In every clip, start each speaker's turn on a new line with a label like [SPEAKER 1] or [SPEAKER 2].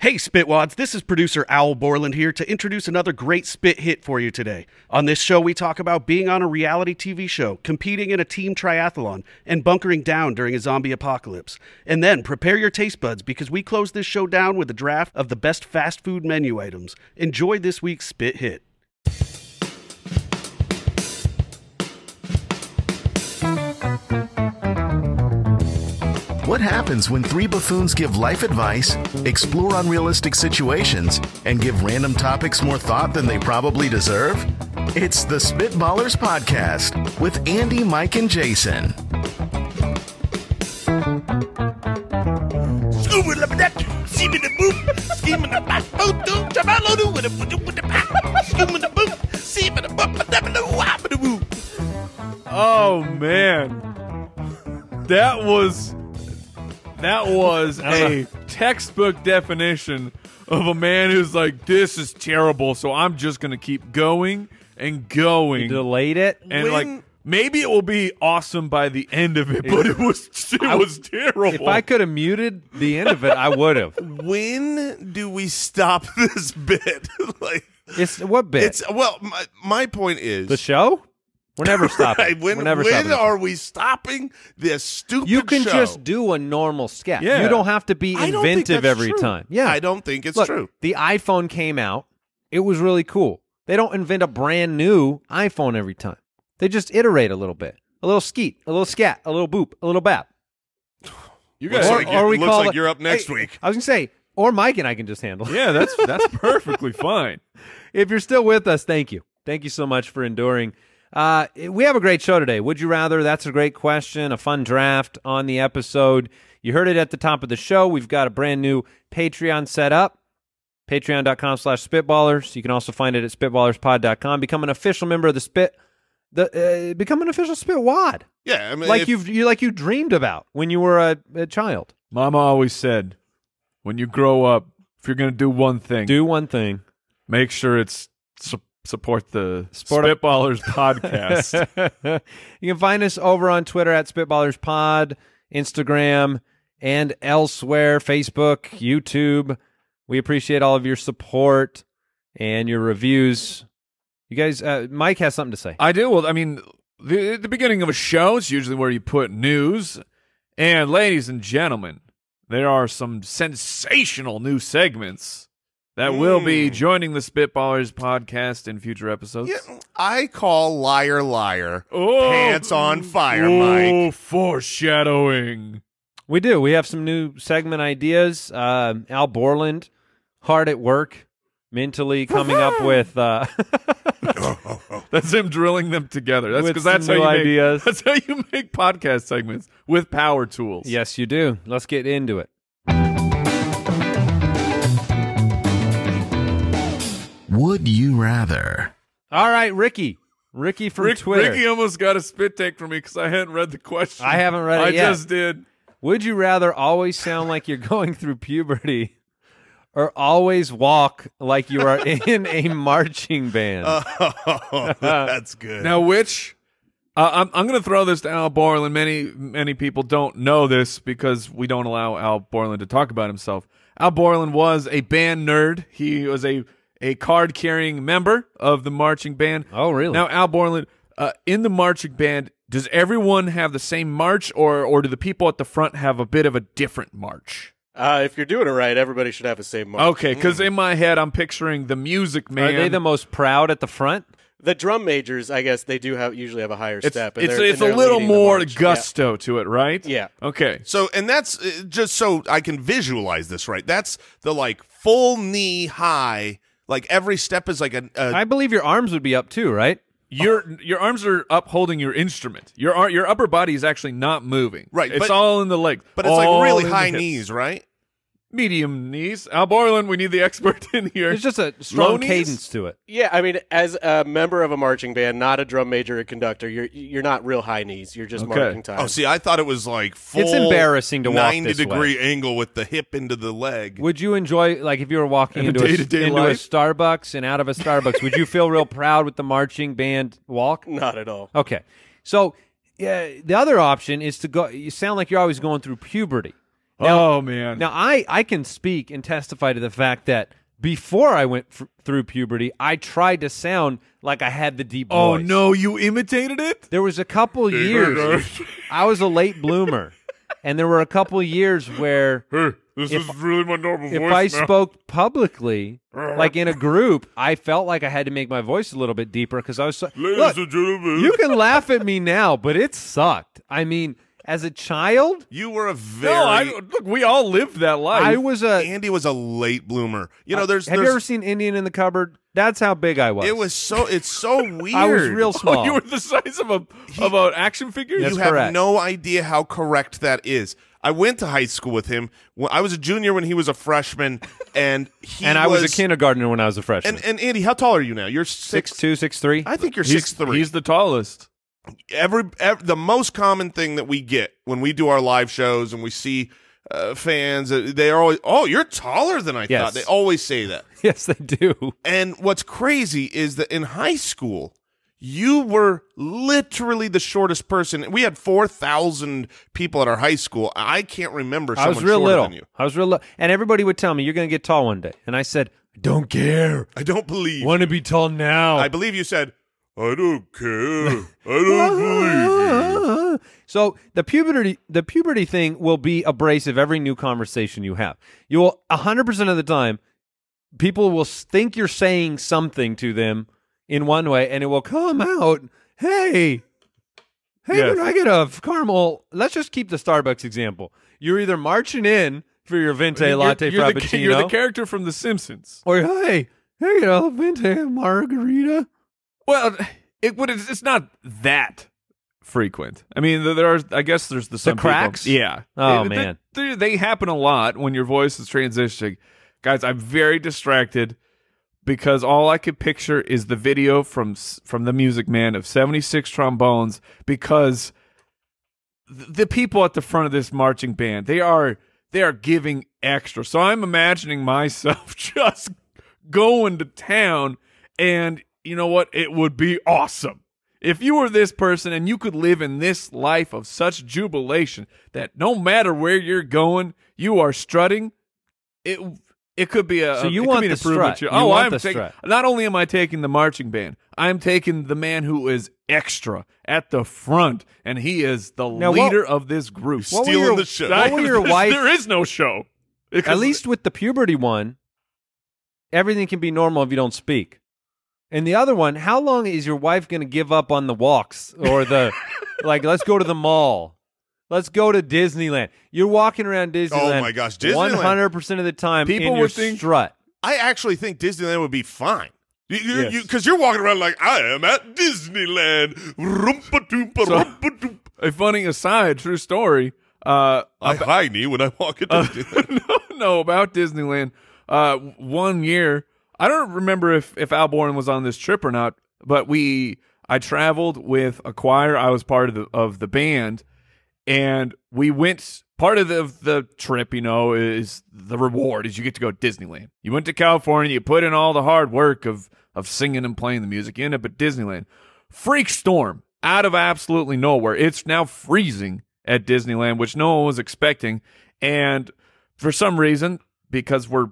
[SPEAKER 1] Hey, Spitwads, this is producer Owl Borland here to introduce another great spit hit for you today. On this show, we talk about being on a reality TV show, competing in a team triathlon, and bunkering down during a zombie apocalypse. And then prepare your taste buds because we close this show down with a draft of the best fast food menu items. Enjoy this week's spit hit.
[SPEAKER 2] What happens when three buffoons give life advice, explore unrealistic situations, and give random topics more thought than they probably deserve? It's the Spitballers Podcast with Andy, Mike, and Jason.
[SPEAKER 3] Oh man, that was that was a textbook definition of a man who's like, "This is terrible," so I'm just gonna keep going and going,
[SPEAKER 4] delayed it.
[SPEAKER 3] and
[SPEAKER 5] When-
[SPEAKER 3] like maybe it will be awesome by the end of it, but it was it was terrible.
[SPEAKER 4] If I could have muted the end of it, I would have.
[SPEAKER 5] When do we stop this bit? like
[SPEAKER 4] It's what bit?
[SPEAKER 5] it's well, my, my point is
[SPEAKER 4] the show. We're never stopping.
[SPEAKER 5] Right, when
[SPEAKER 4] We're never
[SPEAKER 5] when
[SPEAKER 4] stopping.
[SPEAKER 5] are we stopping this stupid?
[SPEAKER 4] you can
[SPEAKER 5] show?
[SPEAKER 4] just do a normal sketch.
[SPEAKER 3] Yeah.
[SPEAKER 4] You don't have to be
[SPEAKER 5] I don't think
[SPEAKER 4] inventive
[SPEAKER 5] that's
[SPEAKER 4] every
[SPEAKER 5] true.
[SPEAKER 4] time. Yeah,
[SPEAKER 5] I don't think it's
[SPEAKER 4] Look,
[SPEAKER 5] true.
[SPEAKER 4] The iPhone came out. It was really cool. They don't invent a brand new iPhone every time. They just iterate a little bit. A little skeet, a little scat, a little boop, a little bap.
[SPEAKER 3] you
[SPEAKER 5] Looks
[SPEAKER 3] guys,
[SPEAKER 5] like you- looks like you're up next
[SPEAKER 4] Hey,
[SPEAKER 5] week.
[SPEAKER 4] I was gonna say, or Mike and I can just handle. it.
[SPEAKER 3] yeah, that's that's perfectly fine.
[SPEAKER 4] if you're still with us, thank you. Thank you so much for enduring. Uh, we have a great show today. Would you rather? That's a great question. A fun draft on the episode. You heard it at the top of the show. We've got a brand new Patreon set up. Patreon.com slash Spitballers. You can also find it at SpitballersPod.com. Become an official member of the Spit. The uh, become an official Spitwad,
[SPEAKER 5] Yeah, I mean,
[SPEAKER 4] like
[SPEAKER 5] if-
[SPEAKER 4] you've you like you dreamed about when you were a, a child.
[SPEAKER 3] Mama always said, "When you grow up, if you're gonna do one thing,
[SPEAKER 4] Do one thing.
[SPEAKER 3] make sure it's su- support the
[SPEAKER 4] Sport-
[SPEAKER 3] Spitballers podcast."
[SPEAKER 4] you can find us over on Twitter at Spitballers Pod, Instagram, and elsewhere Facebook, YouTube. We appreciate all of your support and your reviews. You guys, uh, Mike has something to say.
[SPEAKER 3] I do. Well, I mean, the, the beginning of a show is usually where you put news. And ladies and gentlemen, there are some sensational new segments that will be joining the Spitballers podcast in future episodes.
[SPEAKER 5] Mm. yeah, I call liar, liar,
[SPEAKER 3] Oh.
[SPEAKER 5] pants on fire, Mike.
[SPEAKER 3] Oh, foreshadowing.
[SPEAKER 4] We do. We have some new segment ideas. Um, Al Borland, hard at work, mentally coming up with. Uh,
[SPEAKER 3] That's him drilling them together. That's
[SPEAKER 4] With
[SPEAKER 3] because that's how
[SPEAKER 4] some
[SPEAKER 3] you
[SPEAKER 4] new
[SPEAKER 3] make,
[SPEAKER 4] ideas.
[SPEAKER 3] That's how you make podcast segments with power tools.
[SPEAKER 4] yes, you do. Let's get into it.
[SPEAKER 2] Would you rather?
[SPEAKER 4] All right, Ricky. Ricky from
[SPEAKER 3] Rick,
[SPEAKER 4] Twitter.
[SPEAKER 3] Ricky almost got a spit take from me because I hadn't read the question.
[SPEAKER 4] I haven't read it
[SPEAKER 3] I
[SPEAKER 4] yet.
[SPEAKER 3] just did.
[SPEAKER 4] Would you rather always sound like you're going through puberty or always walk like you are in a marching band?
[SPEAKER 3] Uh,
[SPEAKER 5] oh, that's good.
[SPEAKER 3] Now, which uh, I'm I'm going to throw this to Al Borland. Many many people don't know this because we don't allow Al Borland to talk about himself. Al Borland was a band nerd. He was a a card carrying member of the marching band.
[SPEAKER 4] Oh, really?
[SPEAKER 3] Now, Al Borland, uh, in the marching band, does everyone have the same march, or or do the people at the front have a bit of a different march?
[SPEAKER 6] Uh, if you're doing it right, everybody should have the same mark.
[SPEAKER 3] Okay, because in my head, I'm picturing the Music Man.
[SPEAKER 4] are they the most proud at the front?
[SPEAKER 6] The drum majors, I guess, they do have usually have a higher
[SPEAKER 3] it's,
[SPEAKER 6] step. and
[SPEAKER 3] it's,
[SPEAKER 6] they're-
[SPEAKER 3] it's a
[SPEAKER 6] and they're
[SPEAKER 3] little
[SPEAKER 6] leading the
[SPEAKER 3] more
[SPEAKER 6] march. Yeah.
[SPEAKER 3] gusto to it, right?
[SPEAKER 6] Yeah.
[SPEAKER 3] Okay.
[SPEAKER 5] So, and that's uh, just so I can visualize this right. That's the like full knee high, like every step is like a. a
[SPEAKER 4] I believe your arms would be up too, right?
[SPEAKER 3] Your your arms are up holding your instrument. Your ar- your upper body is actually not moving.
[SPEAKER 5] Right,
[SPEAKER 3] it's
[SPEAKER 5] but-
[SPEAKER 3] all in the leg.
[SPEAKER 5] but it's
[SPEAKER 3] all
[SPEAKER 5] like really
[SPEAKER 3] in the
[SPEAKER 5] high
[SPEAKER 3] hips.
[SPEAKER 5] knees, right?
[SPEAKER 3] medium knees. Al Borland, we need the expert in here.
[SPEAKER 4] There's just a strong
[SPEAKER 3] knees?
[SPEAKER 4] cadence to it.
[SPEAKER 6] Yeah, I mean, as a member of a marching band, not a drum major or conductor, you're you're not real high knees. You're just
[SPEAKER 3] Okay.
[SPEAKER 6] marking time.
[SPEAKER 5] Oh, see, I thought it was like full.
[SPEAKER 4] It's embarrassing to walk
[SPEAKER 5] ninety
[SPEAKER 4] this
[SPEAKER 5] degree angle with the hip into the leg.
[SPEAKER 4] Would you enjoy, like, if you were walking
[SPEAKER 3] In a
[SPEAKER 4] into, a,
[SPEAKER 3] day-to-day
[SPEAKER 4] into a
[SPEAKER 3] life?
[SPEAKER 4] Starbucks and out of a Starbucks, would you feel real proud with the marching band walk?
[SPEAKER 6] Not at all.
[SPEAKER 4] Okay. So uh, the other option is to go. You sound like you're always going through puberty,
[SPEAKER 3] oh man.
[SPEAKER 4] Now I I can speak and testify to the fact that before I went f- through puberty, I tried to sound like I had the deep
[SPEAKER 3] oh
[SPEAKER 4] voice.
[SPEAKER 3] no, you imitated it?
[SPEAKER 4] There was a couple years. I was a late bloomer, and there were a couple years where
[SPEAKER 5] This
[SPEAKER 4] If-
[SPEAKER 5] is really my normal
[SPEAKER 4] if I spoke publicly, like in a group, I felt like I had to make my voice a little bit deeper because I was so. Look,
[SPEAKER 5] gentlemen,
[SPEAKER 4] you can laugh at me now, but it sucked. I mean, as a child,
[SPEAKER 5] you were a very.
[SPEAKER 3] No, I, look, we all lived that life.
[SPEAKER 4] I was a.
[SPEAKER 5] Andy was a late bloomer. You know, there's.
[SPEAKER 4] Uh, Have you
[SPEAKER 5] there's-
[SPEAKER 4] ever seen Indian in the cupboard? That's how big I was.
[SPEAKER 5] It was so. It's so weird.
[SPEAKER 4] I was real small.
[SPEAKER 3] Oh, you were the size of a of an action figure.
[SPEAKER 4] That's
[SPEAKER 5] you have
[SPEAKER 4] correct.
[SPEAKER 5] no idea how correct that is. I went to high school with him. When I was a junior when he was a freshman, and he
[SPEAKER 4] and I was,
[SPEAKER 5] was
[SPEAKER 4] a kindergartner when I was a freshman.
[SPEAKER 5] And and Andy, how tall are you now? You're six.
[SPEAKER 4] six two, six three.
[SPEAKER 5] I think you're
[SPEAKER 3] he's,
[SPEAKER 5] six three.
[SPEAKER 3] He's the tallest.
[SPEAKER 5] every, ev the most common thing that we get when we do our live shows and we see uh, fans, uh, they are always, "Oh, you're taller than I
[SPEAKER 4] Yes.
[SPEAKER 5] thought." They always say that.
[SPEAKER 4] yes, they do.
[SPEAKER 5] And what's crazy is that in high school, you were literally the shortest person. We had four thousand people at our high school. I can't remember.
[SPEAKER 4] I
[SPEAKER 5] Someone
[SPEAKER 4] was real
[SPEAKER 5] shorter
[SPEAKER 4] little.
[SPEAKER 5] Than you.
[SPEAKER 4] I was real little, and everybody would tell me, "You're going to get tall one day," and I said, "Don't care.
[SPEAKER 5] I don't believe.
[SPEAKER 4] Want to be tall now."
[SPEAKER 5] I believe you said, "I don't care. I don't believe." you."
[SPEAKER 4] So the puberty the puberty thing will be abrasive every new conversation you have. You will 100% of the time people will s- think you're saying something to them in one way and it will come out, "Hey, hey,
[SPEAKER 3] Yes.
[SPEAKER 4] when I get a f- caramel, let's just keep the Starbucks example. You're either marching in for your vente
[SPEAKER 3] You're-
[SPEAKER 4] latte
[SPEAKER 3] you're the,
[SPEAKER 4] frappuccino
[SPEAKER 3] ki- you're the character from The Simpsons.
[SPEAKER 4] or hey, hey, you know, vente margarita.
[SPEAKER 3] Well, it would. It's it's not that frequent. I mean, there- there are. I guess there's the some people-
[SPEAKER 4] cracks?
[SPEAKER 3] yeah.
[SPEAKER 4] Oh,
[SPEAKER 3] They-
[SPEAKER 4] man.
[SPEAKER 3] they, they happen a lot when your voice is transitioning. Guys, I'm very distracted because all I could picture is the video from s- from the Music Man of 76 trombones because th- the people at the front of this marching band they are they are giving extra so i'm imagining myself just going to town and you know what it would be awesome if you were this person and you could live in this life of such jubilation that no matter where you're going you are strutting it it could be a
[SPEAKER 4] So you
[SPEAKER 3] it could
[SPEAKER 4] want
[SPEAKER 3] be an
[SPEAKER 4] the
[SPEAKER 3] improvement
[SPEAKER 4] strut.
[SPEAKER 3] show.
[SPEAKER 4] You
[SPEAKER 3] oh
[SPEAKER 4] want
[SPEAKER 3] i'm
[SPEAKER 4] the
[SPEAKER 3] taking
[SPEAKER 4] strut.
[SPEAKER 3] not only am I taking the marching band, I'm taking the man who is extra at the front, and he is the
[SPEAKER 4] Now, what-
[SPEAKER 3] leader of this group.
[SPEAKER 4] What were
[SPEAKER 5] Stealing
[SPEAKER 4] your-
[SPEAKER 5] the show.
[SPEAKER 4] What were your
[SPEAKER 3] There's-
[SPEAKER 4] wife?
[SPEAKER 3] There is no show.
[SPEAKER 4] At
[SPEAKER 3] Because-
[SPEAKER 4] least with the puberty one, everything can be normal if you don't speak. And the other one, how long is your wife going to give up on the walks or the like? Let's go to the mall. Let's go to Disneyland. You're walking around
[SPEAKER 3] Oh
[SPEAKER 4] Disneyland.
[SPEAKER 5] my gosh, Disneyland.
[SPEAKER 4] One hundred percent of the time,
[SPEAKER 3] People
[SPEAKER 4] in
[SPEAKER 3] would
[SPEAKER 4] your
[SPEAKER 3] think-
[SPEAKER 4] strut.
[SPEAKER 5] I actually think Disneyland would be fine. Because you,
[SPEAKER 3] Yes.
[SPEAKER 5] you, 'cause you're walking around like I am at Disneyland. Rumpa doompa,
[SPEAKER 3] So-
[SPEAKER 5] rumpa doompa.
[SPEAKER 3] a funny aside, true story. Uh,
[SPEAKER 5] I high knee when I walk
[SPEAKER 4] Uh,
[SPEAKER 5] into Disneyland.
[SPEAKER 3] no, no, about Disneyland. Uh, one year, I don't remember if if Al Born was on this trip or not, but we I traveled with a choir. I was part of the of the band, and we went. Part of the, of the trip, you know, is the reward is you get to go to Disneyland. You went to California, you put in all the hard work of of singing and playing the music. You end up at Disneyland. Freak storm out of absolutely nowhere. It's now freezing at Disneyland, which no one was expecting. And for some reason, because we're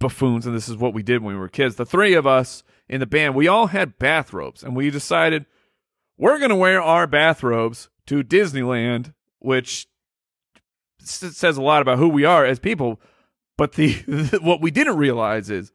[SPEAKER 3] buffoons and this is what we did when we were kids, the three of us in the band, we all had bathrobes and we decided we're going to wear our bathrobes to Disneyland, which s- says a lot about who we are as people. But the what we didn't realize is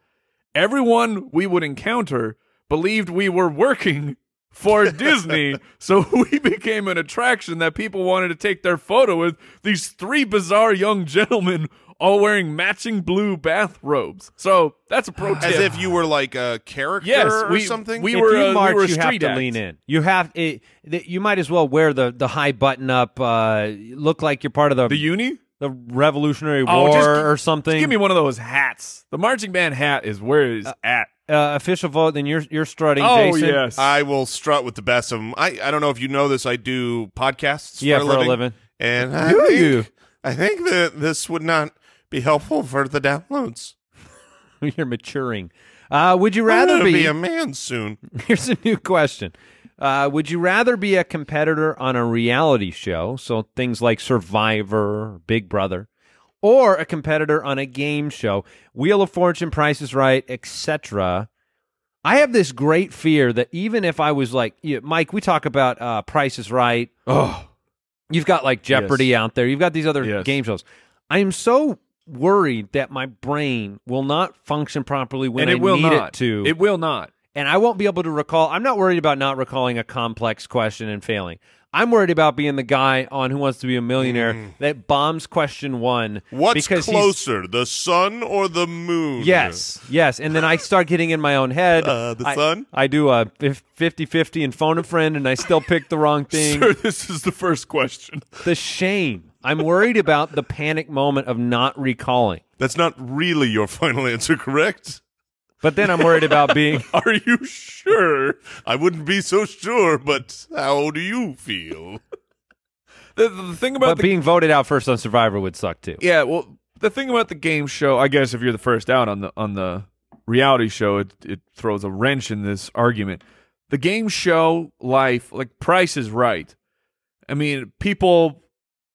[SPEAKER 3] everyone we would encounter believed we were working for Disney, so we became an attraction that people wanted to take their photo with. These three bizarre young gentlemen all wearing matching blue bathrobes. So that's a pro tip.
[SPEAKER 5] As if you were like a character
[SPEAKER 3] Yes,
[SPEAKER 5] or
[SPEAKER 3] we-
[SPEAKER 5] something.
[SPEAKER 3] we
[SPEAKER 4] if
[SPEAKER 3] were
[SPEAKER 4] you
[SPEAKER 3] a- we
[SPEAKER 4] march,
[SPEAKER 3] were a
[SPEAKER 4] you have
[SPEAKER 3] street
[SPEAKER 4] to
[SPEAKER 3] act.
[SPEAKER 4] lean in. You have it, th- You might as well wear the the high button up. Uh, look like you're part of the
[SPEAKER 3] the uni.
[SPEAKER 4] the Revolutionary
[SPEAKER 3] Oh,
[SPEAKER 4] War
[SPEAKER 3] just gi-
[SPEAKER 4] or
[SPEAKER 3] just
[SPEAKER 4] something.
[SPEAKER 3] Just give me one of those hats. The marching band hat is where it's at.
[SPEAKER 4] uh, official vote. Then you're you're strutting.
[SPEAKER 3] Oh
[SPEAKER 4] Jason.
[SPEAKER 3] yes,
[SPEAKER 5] I will strut with the best of them. I, I don't know if you know this. I do podcasts
[SPEAKER 4] Yeah,
[SPEAKER 5] for,
[SPEAKER 4] for a living.
[SPEAKER 5] And I
[SPEAKER 4] Do
[SPEAKER 5] think,
[SPEAKER 4] you?
[SPEAKER 5] I think that this would not be helpful for the downloads.
[SPEAKER 4] You're maturing. Uh, would you
[SPEAKER 5] I'm
[SPEAKER 4] rather
[SPEAKER 5] gonna
[SPEAKER 4] be?
[SPEAKER 5] a man soon.
[SPEAKER 4] here's a new question. Uh, would you rather be a competitor on a reality show, so things like Survivor, Big Brother, or a competitor on a game show, Wheel of Fortune, Price is Right, etc. I have this great fear that even if I was like, yeah, Mike, we talk about uh, Price is Right.
[SPEAKER 3] Oh,
[SPEAKER 4] You've got like Jeopardy
[SPEAKER 3] Yes.
[SPEAKER 4] out there. You've got these other
[SPEAKER 3] Yes.
[SPEAKER 4] game shows. I am so worried that my brain will not function properly when
[SPEAKER 3] and it
[SPEAKER 4] I
[SPEAKER 3] will
[SPEAKER 4] need
[SPEAKER 3] not.
[SPEAKER 4] it to
[SPEAKER 3] It will not.
[SPEAKER 4] and I won't be able to recall. I'm not worried about not recalling a complex question and failing. I'm worried about being the guy on Who Wants to Be a Millionaire
[SPEAKER 3] Mm.
[SPEAKER 4] that bombs question one.
[SPEAKER 5] What's
[SPEAKER 4] because he's-
[SPEAKER 5] closer, the sun or the moon?
[SPEAKER 4] Yes, yes. And then I start getting in my own head.
[SPEAKER 5] Uh, the
[SPEAKER 4] I,
[SPEAKER 5] sun?
[SPEAKER 4] I do a 50 50 and phone a friend, and I still pick the wrong thing.
[SPEAKER 3] Sir, this is the first question.
[SPEAKER 4] The shame. I'm worried about the panic moment of not recalling.
[SPEAKER 5] That's not really your final answer, correct?
[SPEAKER 4] But then I'm worried about being.
[SPEAKER 5] Are you sure? I wouldn't be so sure, but how do you feel?
[SPEAKER 3] The, the thing about
[SPEAKER 4] But
[SPEAKER 3] the
[SPEAKER 4] being voted out first on Survivor would suck too.
[SPEAKER 3] Yeah, well, the thing about the game show, I guess if you're the first out on the on the reality show, it it throws a wrench in this argument. The game show life, like Price is Right. I mean, people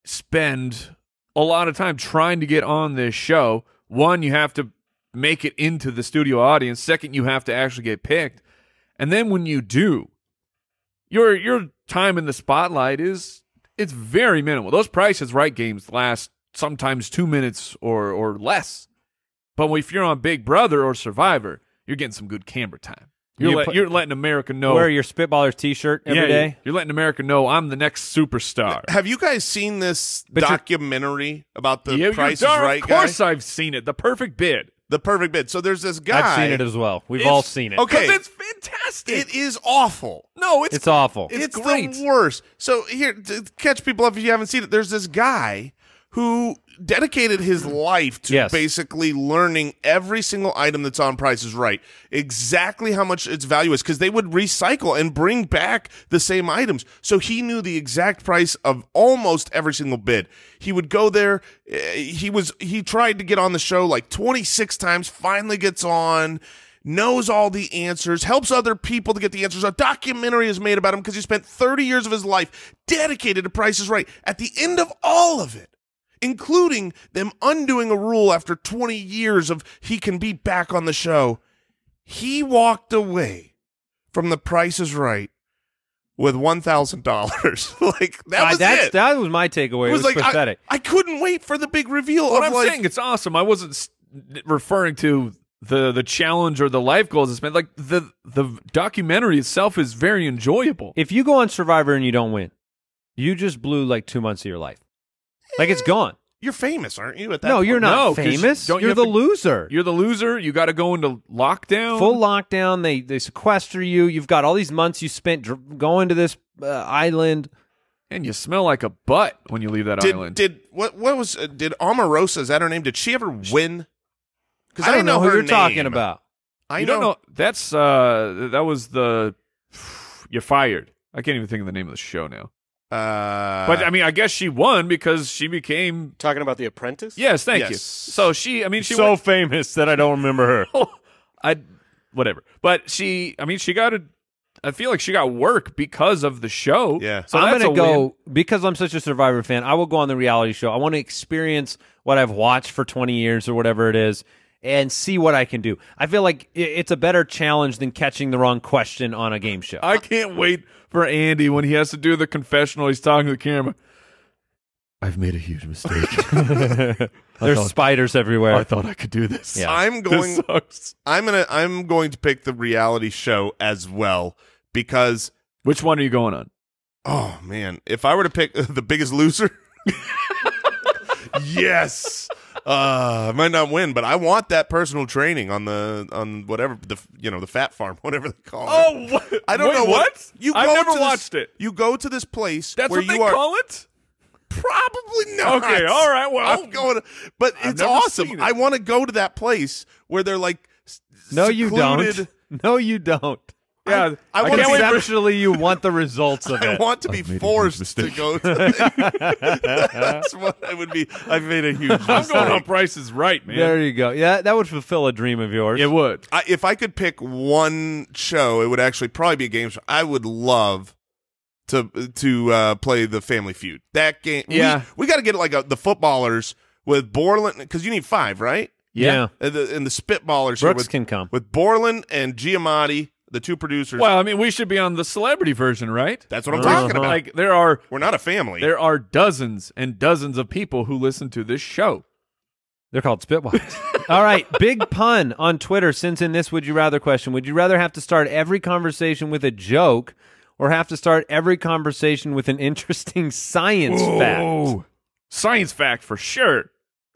[SPEAKER 3] spend a lot of time trying to get on this show. One, you have to make it into the studio audience. Second, you have to actually get picked. And then when you do, your your time in the spotlight is it's very minimal. Those prices right games last sometimes two minutes or or less. But if you're on Big Brother or Survivor, you're getting some good camera time. You're
[SPEAKER 4] You
[SPEAKER 3] let-
[SPEAKER 4] put-
[SPEAKER 3] you're letting America know
[SPEAKER 4] Wear your Spitballers t shirt every
[SPEAKER 3] Oh. Yeah,
[SPEAKER 4] day.
[SPEAKER 3] You're, you're letting America know I'm the next superstar.
[SPEAKER 5] Have you guys seen this
[SPEAKER 4] But you're-
[SPEAKER 5] documentary about the
[SPEAKER 3] Yeah, you're
[SPEAKER 5] Price is
[SPEAKER 3] darn-
[SPEAKER 5] Right
[SPEAKER 3] Of
[SPEAKER 5] guy?
[SPEAKER 3] course, I've seen it. The perfect bid.
[SPEAKER 5] The perfect bid. So there's this guy.
[SPEAKER 4] I've seen it as well. We've
[SPEAKER 3] It's-
[SPEAKER 4] all seen it.
[SPEAKER 5] Okay.
[SPEAKER 3] 'Cause it's fantastic.
[SPEAKER 5] It is awful.
[SPEAKER 3] no, it's
[SPEAKER 4] It's awful.
[SPEAKER 5] It's,
[SPEAKER 3] It's great.
[SPEAKER 5] the worst. So here, to catch people up if you haven't seen it. There's this guy who dedicated his life to
[SPEAKER 4] Yes.
[SPEAKER 5] basically learning every single item that's on Price is Right, exactly how much its value is, because they would recycle and bring back the same items. So he knew the exact price of almost every single bid. He would go there. eh, He was he tried to get on the show like 26 times. Finally gets on knows all the answers, helps other people to get the answers. A documentary is made about him because he spent 30 years of his life dedicated to Price is Right. At the end of all of it, including them undoing a rule after 20 years of he can be back on the show, he walked away from the Price is Right with $1,000. like, that
[SPEAKER 4] I-
[SPEAKER 5] was
[SPEAKER 4] that's,
[SPEAKER 5] it.
[SPEAKER 4] That was my takeaway. It was,
[SPEAKER 5] like, I-
[SPEAKER 4] pathetic.
[SPEAKER 5] I, couldn't wait for the big reveal
[SPEAKER 3] what
[SPEAKER 5] of
[SPEAKER 3] I'm
[SPEAKER 5] like,
[SPEAKER 3] saying. It's awesome. I wasn't s- referring to the the challenge or the life goals. It's been like the the documentary itself is very enjoyable.
[SPEAKER 4] if you go on Survivor and you don't win, you just blew like two months of your life. Like it's gone.
[SPEAKER 5] you're famous, aren't you? At that
[SPEAKER 4] No,
[SPEAKER 5] point?
[SPEAKER 4] you're not
[SPEAKER 3] No, 'cause
[SPEAKER 4] famous.
[SPEAKER 3] don't
[SPEAKER 4] You're
[SPEAKER 3] you have
[SPEAKER 4] the
[SPEAKER 3] to-
[SPEAKER 4] loser.
[SPEAKER 3] You're the loser. You got to go into lockdown.
[SPEAKER 4] full lockdown. They they sequester you. You've got all these months you spent dr- going to this uh, island.
[SPEAKER 3] and you smell like a butt when you leave that
[SPEAKER 5] did,
[SPEAKER 3] island.
[SPEAKER 5] Did what? What was? Uh, did Omarosa? Is that her name? Did she ever win? Because
[SPEAKER 4] I don't know, who
[SPEAKER 5] her
[SPEAKER 4] you're talking
[SPEAKER 5] name.
[SPEAKER 4] about.
[SPEAKER 5] I
[SPEAKER 3] you
[SPEAKER 5] know,
[SPEAKER 3] don't know. That's uh, that was the you're fired. I can't even think of the name of the show now.
[SPEAKER 5] Uh,
[SPEAKER 3] But I mean, I guess she won because she became
[SPEAKER 6] Talking about The Apprentice?
[SPEAKER 3] yes, thank you.
[SPEAKER 5] Yes.
[SPEAKER 3] So she, I mean, she went-
[SPEAKER 4] famous that I don't remember her.
[SPEAKER 3] I whatever. But she, I mean, she got a. I feel like she got work because of the show.
[SPEAKER 5] Yeah.
[SPEAKER 3] So
[SPEAKER 4] I'm
[SPEAKER 3] that's
[SPEAKER 4] gonna
[SPEAKER 3] a
[SPEAKER 4] go
[SPEAKER 3] win.
[SPEAKER 4] because I'm such a Survivor fan. I will go on the reality show. I want to experience what I've watched for 20 years or whatever it is, and see what I can do. I feel like i- it's a better challenge than catching the wrong question on a game show.
[SPEAKER 3] I can't wait for Andy when he has to do the confessional. He's talking to the camera. I've made a huge mistake.
[SPEAKER 4] There's spiders everywhere.
[SPEAKER 3] I thought I could do this.
[SPEAKER 4] Yeah.
[SPEAKER 5] I'm
[SPEAKER 3] This
[SPEAKER 5] going.
[SPEAKER 3] sucks.
[SPEAKER 5] I'm gonna. I'm going to pick the reality show as well because.
[SPEAKER 3] Which one are you going on?
[SPEAKER 5] Oh man, if I were to pick the Biggest Loser, yes. Uh, I might not win, but I want that personal training on the on whatever the you know the fat farm, whatever they call it.
[SPEAKER 3] what?
[SPEAKER 5] I don't
[SPEAKER 3] Oh, Wait,
[SPEAKER 5] know Oh, what, you. Go
[SPEAKER 3] I've never
[SPEAKER 5] to this-
[SPEAKER 3] watched it.
[SPEAKER 5] You go to this place
[SPEAKER 3] That's
[SPEAKER 5] where
[SPEAKER 3] what they
[SPEAKER 5] you are.
[SPEAKER 3] call it.
[SPEAKER 5] Probably not.
[SPEAKER 3] Okay, all right, well-
[SPEAKER 5] I'm going. To, but
[SPEAKER 3] I've
[SPEAKER 5] it's
[SPEAKER 3] never
[SPEAKER 5] awesome.
[SPEAKER 3] seen it.
[SPEAKER 5] I want to go to that place where they're like. s-
[SPEAKER 4] no, you
[SPEAKER 5] secluded.
[SPEAKER 4] don't. No, you don't.
[SPEAKER 3] Yeah,
[SPEAKER 5] I
[SPEAKER 3] I
[SPEAKER 5] wanna
[SPEAKER 3] can't
[SPEAKER 5] be
[SPEAKER 3] wait for-
[SPEAKER 4] Conceptually, you want the results of
[SPEAKER 5] I
[SPEAKER 4] it.
[SPEAKER 5] want to be forced to go. to That's what I would be. I've made a huge
[SPEAKER 3] I'm going on
[SPEAKER 5] mistake.
[SPEAKER 3] Price is Right, man.
[SPEAKER 4] There you go. Yeah, that would fulfill a dream of yours.
[SPEAKER 3] it would.
[SPEAKER 5] I, if I could pick one show, it would actually probably be a game show. I would love to to uh, play the Family Feud. That game. we-
[SPEAKER 3] Yeah.
[SPEAKER 5] we, got to get like a, the footballers with Borland because you need five, right?
[SPEAKER 4] Yeah.
[SPEAKER 5] And the, and the spitballers here
[SPEAKER 4] Brooks
[SPEAKER 5] with,
[SPEAKER 4] can come.
[SPEAKER 5] with Borland and Giamatti, the two producers.
[SPEAKER 3] Well, I mean, we should be on the celebrity version, right?
[SPEAKER 5] that's what I'm
[SPEAKER 4] Uh-huh.
[SPEAKER 5] talking about.
[SPEAKER 3] Like there are
[SPEAKER 5] We're not a family.
[SPEAKER 3] there are dozens and dozens of people who listen to this show.
[SPEAKER 4] They're called spitwires. All right, big pun on Twitter sends in this would you rather question. Would you rather have to start every conversation with a joke or have to start every conversation with an interesting science fact?
[SPEAKER 3] Whoa. Science fact for sure.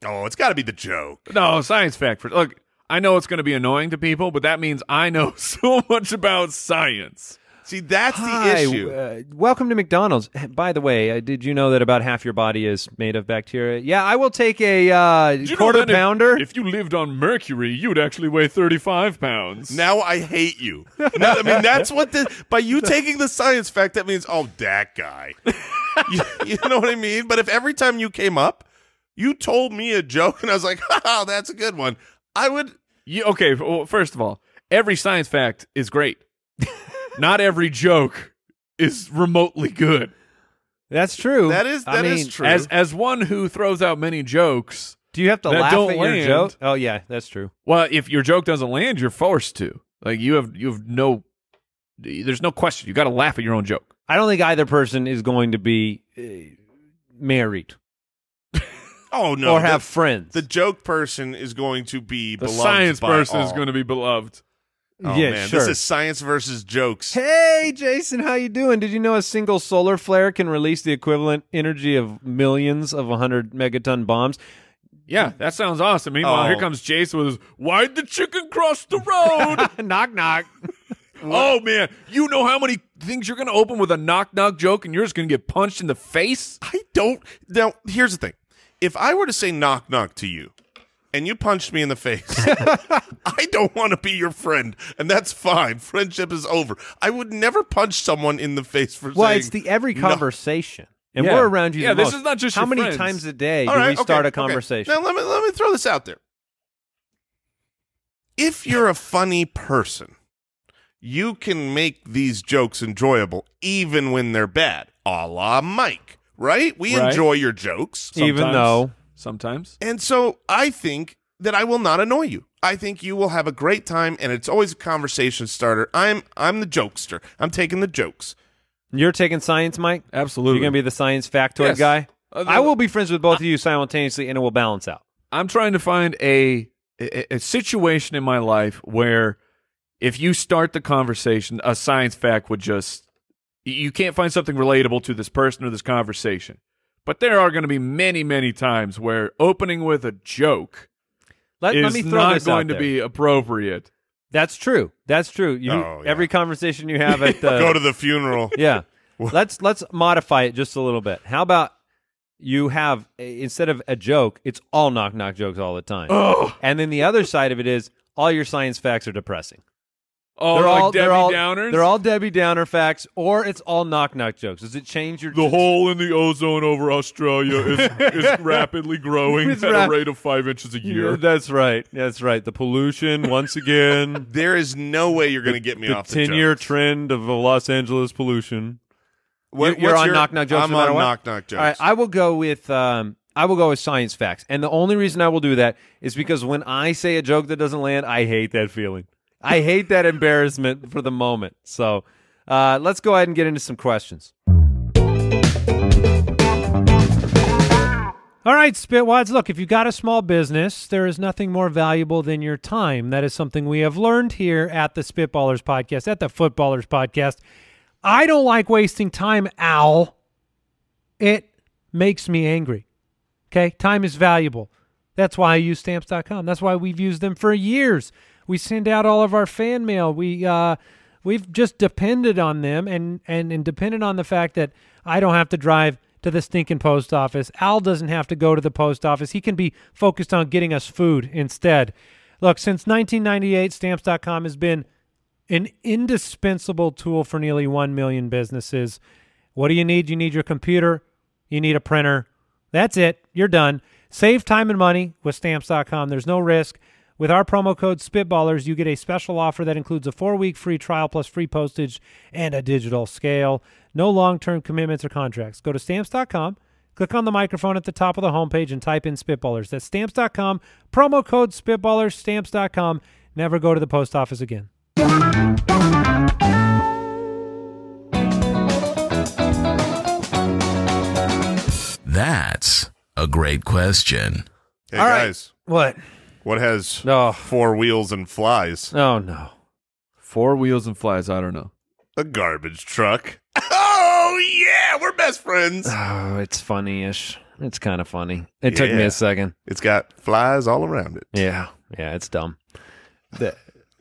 [SPEAKER 5] oh, it's got to be the joke.
[SPEAKER 3] No, science fact for look. I know it's going to be annoying to people, but that means I know so much about science.
[SPEAKER 5] See, that's
[SPEAKER 4] Hi,
[SPEAKER 5] the issue.
[SPEAKER 4] Uh, welcome to McDonald's. By the way, uh, did you know that about half your body is made of bacteria? Yeah, I will take a
[SPEAKER 3] Did
[SPEAKER 4] uh,
[SPEAKER 3] you know
[SPEAKER 4] quarter
[SPEAKER 3] that if-
[SPEAKER 4] pounder.
[SPEAKER 3] If, you lived on Mercury, you'd actually weigh 35 pounds.
[SPEAKER 5] Now I hate you. No, I mean, that's what the by you taking the science fact that means oh that guy. you, you know what I mean? But if every time you came up, you told me a joke and I was like, oh, that's a good one. I would.
[SPEAKER 3] You, okay, f- well, first of all, every science fact is great. Not every joke is remotely good.
[SPEAKER 4] That's true.
[SPEAKER 5] That is
[SPEAKER 4] I
[SPEAKER 5] that is
[SPEAKER 4] mean,
[SPEAKER 5] true.
[SPEAKER 3] As as one who throws out many jokes,
[SPEAKER 4] Do you have to
[SPEAKER 3] That
[SPEAKER 4] laugh
[SPEAKER 3] don't
[SPEAKER 4] at your
[SPEAKER 3] land.
[SPEAKER 4] joke? Oh yeah, that's true.
[SPEAKER 3] well, if your joke doesn't land, you're forced to. Like you have you have no there's no question. You got to laugh at your own joke.
[SPEAKER 4] I don't think either person is going to be uh, married
[SPEAKER 5] oh no,
[SPEAKER 4] or
[SPEAKER 5] the-
[SPEAKER 4] have friends.
[SPEAKER 5] the, joke person is going to be
[SPEAKER 3] The
[SPEAKER 5] beloved
[SPEAKER 3] science
[SPEAKER 5] by
[SPEAKER 3] person
[SPEAKER 5] all.
[SPEAKER 3] is going to be beloved.
[SPEAKER 5] Oh,
[SPEAKER 4] yeah,
[SPEAKER 5] man,
[SPEAKER 4] sure.
[SPEAKER 5] This is science versus jokes.
[SPEAKER 4] Hey, Jason, how you doing? Did you know a single solar flare can release the equivalent energy of millions of 100 megaton bombs?
[SPEAKER 3] Yeah, that sounds awesome. Meanwhile,
[SPEAKER 5] Hmm. Oh.
[SPEAKER 3] here comes Jason with his, why'd the chicken cross the road?
[SPEAKER 4] knock, knock.
[SPEAKER 3] oh, man. You know how many things you're going to open with a knock knock joke and you're just going to get punched in the face?
[SPEAKER 5] I don't. Now, here's the thing: if I were to say knock knock to you, and you punched me in the face, I don't want to be your friend, and that's fine. Friendship is over. I would never punch someone in the face for
[SPEAKER 4] Well,
[SPEAKER 5] saying.
[SPEAKER 4] it's the every
[SPEAKER 5] "No."
[SPEAKER 4] conversation. And
[SPEAKER 3] Yeah.
[SPEAKER 4] we're around you
[SPEAKER 3] Yeah,
[SPEAKER 4] the
[SPEAKER 3] this
[SPEAKER 4] most.
[SPEAKER 3] is not just
[SPEAKER 4] How
[SPEAKER 3] your
[SPEAKER 4] many
[SPEAKER 3] friends.
[SPEAKER 4] times a day
[SPEAKER 5] All
[SPEAKER 4] do
[SPEAKER 5] right,
[SPEAKER 4] we start
[SPEAKER 5] okay,
[SPEAKER 4] a
[SPEAKER 5] okay.
[SPEAKER 4] conversation?
[SPEAKER 5] Now let me let me throw this out there. If you're a funny person, you can make these jokes enjoyable even when they're bad, a la Mike. Right? We
[SPEAKER 3] Right.
[SPEAKER 5] enjoy your jokes.
[SPEAKER 4] Even though-
[SPEAKER 3] Sometimes.
[SPEAKER 5] And so I think that I will not annoy you. I think you will have a great time and it's always a conversation starter. I'm I'm the jokester. I'm taking the jokes.
[SPEAKER 4] You're taking science, Mike?
[SPEAKER 3] Absolutely.
[SPEAKER 4] You're going to be the science factoid
[SPEAKER 3] Yes.
[SPEAKER 4] guy?
[SPEAKER 3] Uh, the-
[SPEAKER 4] I will be friends with both of you simultaneously, and it will balance out.
[SPEAKER 3] I'm trying to find a, a a situation in my life where if you start the conversation, a science fact would just you- you can't find something relatable to this person or this conversation. But there are going to be many, many times where opening with a joke
[SPEAKER 4] Let,
[SPEAKER 3] is
[SPEAKER 4] let me throw
[SPEAKER 3] not
[SPEAKER 4] this
[SPEAKER 3] going
[SPEAKER 4] out
[SPEAKER 3] to
[SPEAKER 4] there.
[SPEAKER 3] be appropriate.
[SPEAKER 4] That's true. That's true. You,
[SPEAKER 5] Oh, yeah.
[SPEAKER 4] Every conversation you have at the
[SPEAKER 5] Go to the funeral.
[SPEAKER 4] yeah. let's let's modify it just a little bit. How about you have instead of a joke, it's all knock knock jokes all the time. And then the other side of it is all your science facts are depressing.
[SPEAKER 3] Oh,
[SPEAKER 4] they're
[SPEAKER 3] like
[SPEAKER 4] all
[SPEAKER 3] Debbie
[SPEAKER 4] they're all,
[SPEAKER 3] Downers.
[SPEAKER 4] They're all Debbie Downer facts, or it's all knock knock jokes. Does it change your
[SPEAKER 3] the hole in the ozone over Australia is, is rapidly growing
[SPEAKER 4] It's
[SPEAKER 3] at
[SPEAKER 4] rap-
[SPEAKER 3] a rate of five inches a year.
[SPEAKER 4] Yeah, that's right. That's right. The pollution once again.
[SPEAKER 5] There is no way you're going to get me off the joke.
[SPEAKER 4] trend of Los Angeles pollution.
[SPEAKER 5] What-
[SPEAKER 4] You're
[SPEAKER 5] what's
[SPEAKER 4] on
[SPEAKER 5] your-
[SPEAKER 4] knock knock jokes.
[SPEAKER 5] I'm
[SPEAKER 4] no matter
[SPEAKER 5] on
[SPEAKER 4] what?
[SPEAKER 5] knock knock jokes.
[SPEAKER 4] All right, I will go with um, I will go with science facts, and the only reason I will do that is because when I say a joke that doesn't land, I hate that feeling. I hate that embarrassment for the moment. So uh, let's go ahead and get into some questions.
[SPEAKER 7] All right, Spitwads, look, if you got a small business, there is nothing more valuable than your time. That is something we have learned here at the Spitballers Podcast, at the Footballers Podcast. I don't like wasting time, Al. It makes me angry. Okay? Time is valuable. That's why I use stamps.com. That's why we've used them for years. We send out all of our fan mail. We uh we've just depended on them and and and depended on the fact that I don't have to drive to the stinking post office. Al doesn't have to go to the post office. He can be focused on getting us food instead. Look, since 1998, stamps.com has been an indispensable tool for nearly 1 million businesses. What do you need? You need your computer, you need a printer. That's it. You're done. Save time and money with stamps.com. There's no risk. With our promo code Spitballers, you get a special offer that includes a four week free trial plus free postage and a digital scale. No long term commitments or contracts. Go to stamps.com, Click on the microphone at the top of the homepage and type in Spitballers. That's stamps.com, promo code Spitballers, stamps.com. Never go to the post office again.
[SPEAKER 2] That's a great question.
[SPEAKER 5] Hey
[SPEAKER 4] All right.
[SPEAKER 5] guys,
[SPEAKER 4] What?
[SPEAKER 5] what has
[SPEAKER 4] No.
[SPEAKER 5] four wheels and flies?
[SPEAKER 4] Oh no.
[SPEAKER 3] Four wheels and flies. I don't know.
[SPEAKER 5] A garbage truck. Oh yeah, we're best friends.
[SPEAKER 4] Oh, it's funny-ish. It's kind of funny. It took me
[SPEAKER 5] Yeah.
[SPEAKER 4] a second.
[SPEAKER 5] It's got flies all around it.
[SPEAKER 4] Yeah. Yeah, it's dumb.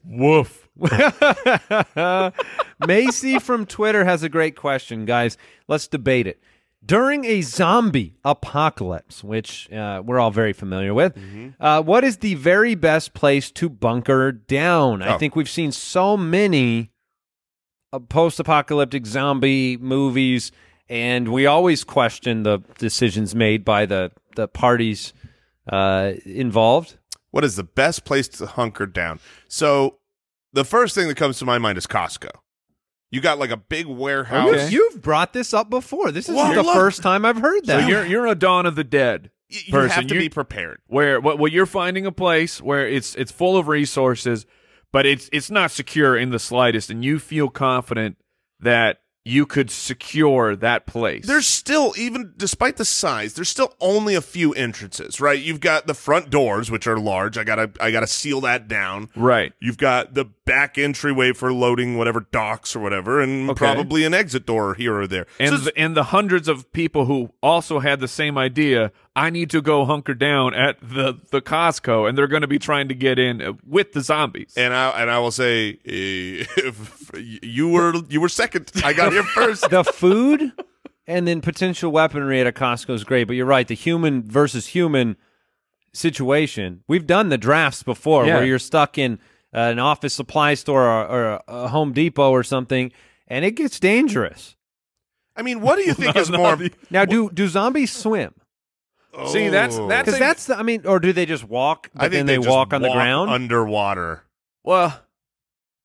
[SPEAKER 3] Woof.
[SPEAKER 4] Macy from Twitter has a great question, guys. Let's debate it. During a zombie apocalypse, which uh, we're all very familiar with,
[SPEAKER 3] Mm-hmm.
[SPEAKER 4] uh, what is the very best place to bunker down? I
[SPEAKER 5] Oh.
[SPEAKER 4] think we've seen so many uh, post-apocalyptic zombie movies, and we always question the decisions made by the the parties uh, involved.
[SPEAKER 5] What is the best place to hunker down? So the first thing that comes to my mind is Costco. You got like a big warehouse.
[SPEAKER 3] Okay.
[SPEAKER 4] You've brought this up before. This is
[SPEAKER 5] Well,
[SPEAKER 4] the
[SPEAKER 5] look-
[SPEAKER 4] first time I've heard
[SPEAKER 3] So
[SPEAKER 4] that.
[SPEAKER 3] you're you're a Dawn of the Dead.
[SPEAKER 5] Y- you
[SPEAKER 3] person.
[SPEAKER 5] have to
[SPEAKER 3] You-
[SPEAKER 5] be prepared.
[SPEAKER 3] where what well, you're finding a place where it's it's full of resources but it's it's not secure in the slightest and you feel confident that you could secure that place
[SPEAKER 5] There's still, even despite the size, there's still only a few entrances, right? You've got the front doors, which are large. I gotta, I gotta seal that down.
[SPEAKER 3] right
[SPEAKER 5] You've got the back entryway for loading whatever docks or whatever, and
[SPEAKER 3] Okay.
[SPEAKER 5] probably an exit door here or there.
[SPEAKER 3] and
[SPEAKER 5] So
[SPEAKER 3] the, and the hundreds of people who also had the same idea i need to go hunker down at the the costco and they're going to be trying to get in uh, with the zombies
[SPEAKER 5] And I and I will say, eh, if you were you were second. I got here first.
[SPEAKER 4] the food and then potential weaponry at a Costco is great, but you're right. The human versus human situation. We've done the drafts before
[SPEAKER 3] Yeah.
[SPEAKER 4] where you're stuck in uh, an office supply store or, or a, a Home Depot or something, and it gets dangerous.
[SPEAKER 5] I mean, what do you think is
[SPEAKER 3] no,
[SPEAKER 5] more?
[SPEAKER 3] the-
[SPEAKER 4] Now, do do zombies swim?
[SPEAKER 3] See, that's-
[SPEAKER 5] Oh.
[SPEAKER 3] that's-
[SPEAKER 4] Because that's the, I mean, or do they just walk? But
[SPEAKER 5] I think
[SPEAKER 4] then they,
[SPEAKER 5] just
[SPEAKER 4] walk on the ground.
[SPEAKER 5] underwater.
[SPEAKER 3] well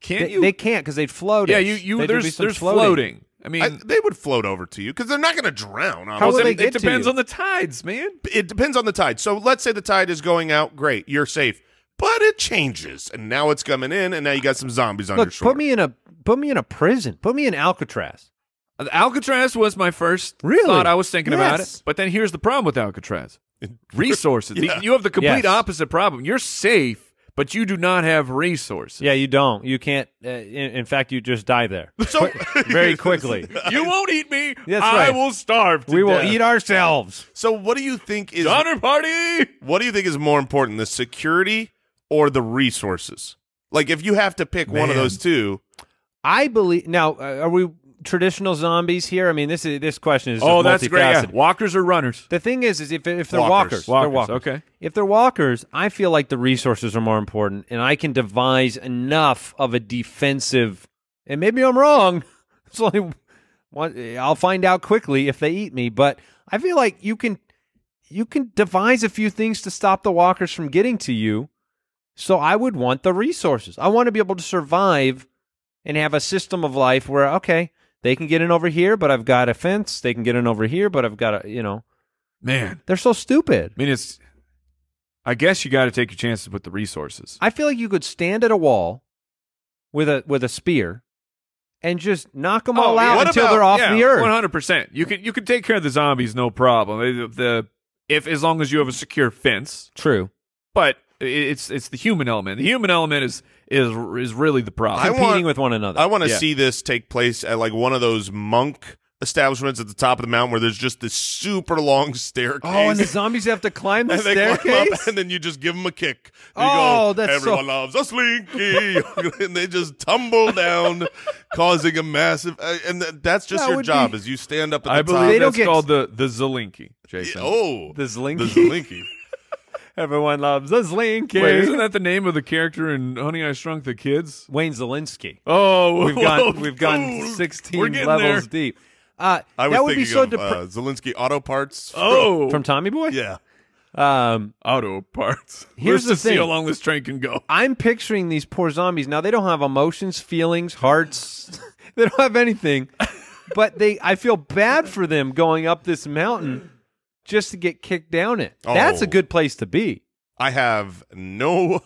[SPEAKER 3] can't
[SPEAKER 4] they,
[SPEAKER 3] you
[SPEAKER 4] they can't because they'd float.
[SPEAKER 3] yeah you you
[SPEAKER 4] They'd be
[SPEAKER 3] there's
[SPEAKER 4] some
[SPEAKER 3] there's floating, i mean
[SPEAKER 5] I, they would float over to you because they're not going to drown.
[SPEAKER 4] How
[SPEAKER 5] How
[SPEAKER 4] will
[SPEAKER 3] well,
[SPEAKER 4] they
[SPEAKER 3] it,
[SPEAKER 4] get
[SPEAKER 3] it
[SPEAKER 4] to
[SPEAKER 3] depends
[SPEAKER 4] you?
[SPEAKER 3] on the tides man
[SPEAKER 5] it depends on the tide. So let's say the tide is going out. Great, you're safe. But it changes, and now it's coming in, and now you got some zombies on your
[SPEAKER 4] Look,
[SPEAKER 5] shore.
[SPEAKER 4] put me in a put me in a prison. Put me in Alcatraz.
[SPEAKER 3] Alcatraz was my first
[SPEAKER 4] Really?
[SPEAKER 3] thought I was thinking about
[SPEAKER 4] Yes.
[SPEAKER 3] it. But then here's the problem with Alcatraz. Resources. The- You have the complete
[SPEAKER 4] Yes.
[SPEAKER 3] opposite problem. You're safe, but you do not have resources.
[SPEAKER 4] Yeah, you don't. You can't. Uh, in, in fact, you just die there
[SPEAKER 5] so
[SPEAKER 4] very quickly.
[SPEAKER 3] You won't eat me.
[SPEAKER 4] That's
[SPEAKER 3] I
[SPEAKER 4] right.
[SPEAKER 3] will starve. To
[SPEAKER 4] we will
[SPEAKER 3] death.
[SPEAKER 4] eat ourselves.
[SPEAKER 5] So what do you think is
[SPEAKER 3] Donner party.
[SPEAKER 5] what do you think is more important, the security or the resources? Like if you have to pick one of
[SPEAKER 3] Man.
[SPEAKER 5] those two,
[SPEAKER 4] I believe. Now, uh, are we traditional zombies here? I mean, this is this question is just
[SPEAKER 3] Oh, that's great. Yeah.
[SPEAKER 4] multifaceted.
[SPEAKER 3] Walkers or runners?
[SPEAKER 4] The thing is, is if if they're
[SPEAKER 5] Walkers.
[SPEAKER 4] walkers, they're
[SPEAKER 3] Walkers,
[SPEAKER 4] walkers.
[SPEAKER 3] okay.
[SPEAKER 4] If they're walkers, I feel like the resources are more important, and I can devise enough of a defensive. And maybe I'm wrong. It's only one. I'll find out quickly if they eat me. But I feel like you can you can devise a few things to stop the walkers from getting to you. So I would want the resources. I want to be able to survive and have a system of life where okay, they can get in over here, but I've got a fence. They can get in over here, but I've got a you know.
[SPEAKER 3] Man.
[SPEAKER 4] They're so stupid.
[SPEAKER 3] I mean, it's. I guess you got to take your chances with the resources.
[SPEAKER 4] I feel like you could stand at a wall with a with a spear and just knock them all
[SPEAKER 3] Oh, yeah.
[SPEAKER 4] out
[SPEAKER 3] What
[SPEAKER 4] until they're off
[SPEAKER 3] yeah,
[SPEAKER 4] the earth.
[SPEAKER 3] One hundred percent. You can you can take care of the zombies, no problem. They- The if as long as you have a secure fence.
[SPEAKER 4] True.
[SPEAKER 3] but i- it's it's the human element. The human element is is is really the problem.
[SPEAKER 5] I
[SPEAKER 4] Competing
[SPEAKER 5] want-
[SPEAKER 4] with one another.
[SPEAKER 5] I want to
[SPEAKER 3] Yeah.
[SPEAKER 5] see this take place at like one of those monk establishments at the top of the mountain where there's just this super long staircase.
[SPEAKER 4] oh, and the zombies have to climb the
[SPEAKER 5] and they climb up,
[SPEAKER 4] staircase.
[SPEAKER 5] and then you just give them a kick. You go,
[SPEAKER 4] Oh, that's so-
[SPEAKER 5] everyone loves a slinky, and they just tumble down, causing a massive. Uh, and th- that's just
[SPEAKER 4] That
[SPEAKER 5] your
[SPEAKER 4] would
[SPEAKER 5] job
[SPEAKER 4] be-
[SPEAKER 5] is you stand up at the
[SPEAKER 3] I
[SPEAKER 5] top.
[SPEAKER 4] They
[SPEAKER 3] believe
[SPEAKER 4] don't
[SPEAKER 3] that's
[SPEAKER 4] get-
[SPEAKER 3] called the the Zelinki, Jason.
[SPEAKER 5] oh,
[SPEAKER 4] The Zlinky.
[SPEAKER 5] the slinky.
[SPEAKER 4] Everyone loves the Zlinky.
[SPEAKER 3] Wait, isn't that the name of the character in Honey I Shrunk the Kids?
[SPEAKER 4] Wayne Zelinsky?
[SPEAKER 3] Oh,
[SPEAKER 4] We've
[SPEAKER 3] whoa,
[SPEAKER 4] gone. We've gone
[SPEAKER 5] cool. We're
[SPEAKER 4] sixteen
[SPEAKER 5] getting
[SPEAKER 4] levels
[SPEAKER 5] there.
[SPEAKER 4] deep. Uh,
[SPEAKER 5] I was
[SPEAKER 4] that would be
[SPEAKER 5] thinking
[SPEAKER 4] so
[SPEAKER 5] of
[SPEAKER 4] depre-
[SPEAKER 5] uh, Zelensky Auto Parts.
[SPEAKER 3] Oh,
[SPEAKER 4] from Tommy Boy.
[SPEAKER 5] yeah.
[SPEAKER 4] Um,
[SPEAKER 3] auto parts.
[SPEAKER 4] Here's
[SPEAKER 3] Let's
[SPEAKER 4] the
[SPEAKER 3] just see
[SPEAKER 4] thing.
[SPEAKER 3] how long this train can go.
[SPEAKER 4] I'm picturing these poor zombies. Now they don't have emotions, feelings, hearts. they don't have anything. But they I feel bad for them going up this mountain just to get kicked down it. That's a
[SPEAKER 5] Oh.
[SPEAKER 4] good place to be.
[SPEAKER 5] I have no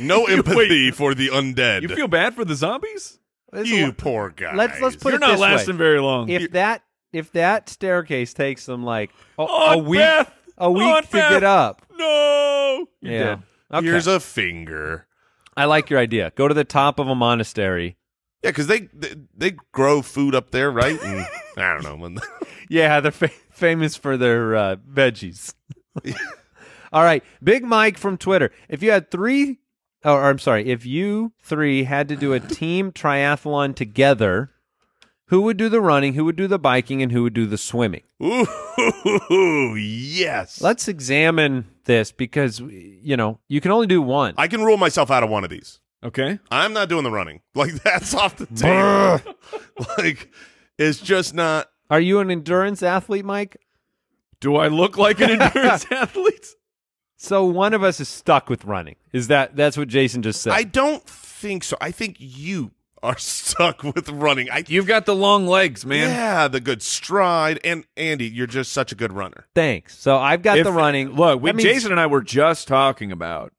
[SPEAKER 5] no empathy for the undead.
[SPEAKER 3] You
[SPEAKER 5] You,
[SPEAKER 3] feel bad for the zombies?
[SPEAKER 5] poor guy.
[SPEAKER 4] Let's- let's put
[SPEAKER 3] You're
[SPEAKER 4] it
[SPEAKER 3] not
[SPEAKER 4] this way.
[SPEAKER 3] lasting very long.
[SPEAKER 4] If that if that staircase takes them like a, a
[SPEAKER 3] Aunt
[SPEAKER 4] week
[SPEAKER 3] Beth!
[SPEAKER 4] a week
[SPEAKER 3] Aunt
[SPEAKER 4] to
[SPEAKER 3] Beth!
[SPEAKER 4] get up.
[SPEAKER 3] no, You're
[SPEAKER 4] yeah.
[SPEAKER 3] dead.
[SPEAKER 4] Okay.
[SPEAKER 5] Here's a finger.
[SPEAKER 4] I like your idea. Go to the top of a monastery.
[SPEAKER 5] Yeah, because they, they they grow food up there, right? And I don't know. When
[SPEAKER 4] Yeah, they're fa- famous for their uh, veggies. All right, Big Mike from Twitter. If you had three, oh, or, or I'm sorry, if you three had to do a team triathlon together, who would do the running, who would do the biking, and who would do the swimming?
[SPEAKER 5] Ooh, yes.
[SPEAKER 4] Let's examine this because you know you can only do one.
[SPEAKER 5] I can rule myself out of one of these.
[SPEAKER 3] Okay.
[SPEAKER 5] I'm not doing the running. Like that's off the table. like it's just not.
[SPEAKER 4] Are you an endurance athlete, Mike?
[SPEAKER 3] Do I look like an endurance athlete?
[SPEAKER 4] So one of us is stuck with running. Is that that's what Jason just said?
[SPEAKER 5] I don't think so. I think you are stuck with running. I
[SPEAKER 3] You've got the long legs, man.
[SPEAKER 5] yeah, the good stride and Andy, you're just such a good runner.
[SPEAKER 4] Thanks. So I've got
[SPEAKER 3] If-
[SPEAKER 4] the running.
[SPEAKER 3] Look, we,
[SPEAKER 4] That means-
[SPEAKER 3] Jason and I were just talking about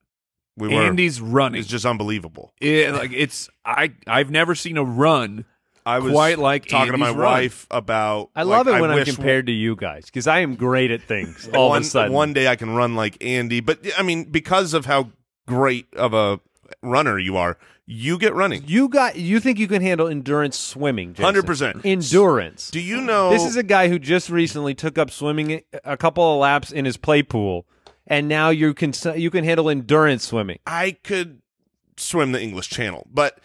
[SPEAKER 5] We were.
[SPEAKER 3] Andy's running.
[SPEAKER 5] it's just unbelievable.
[SPEAKER 3] It- like it's I I've never seen a run.
[SPEAKER 5] I was
[SPEAKER 3] Quite like
[SPEAKER 5] talking to my
[SPEAKER 3] Andy's run.
[SPEAKER 5] wife about.
[SPEAKER 4] I love
[SPEAKER 5] like,
[SPEAKER 4] it when I'm
[SPEAKER 5] wish
[SPEAKER 4] compared to you guys because I am great at things all
[SPEAKER 5] one,
[SPEAKER 4] of a sudden.
[SPEAKER 5] One day I can run like Andy, but I mean, because of how great of a runner you are, you get running.
[SPEAKER 4] you got you think you can handle endurance swimming? Jason.
[SPEAKER 5] 100%.
[SPEAKER 4] endurance.
[SPEAKER 5] Do you know?
[SPEAKER 4] This is a guy who just recently took up swimming a- a couple of laps in his play pool, and now you can s- you can handle endurance swimming.
[SPEAKER 5] I could swim the English Channel, but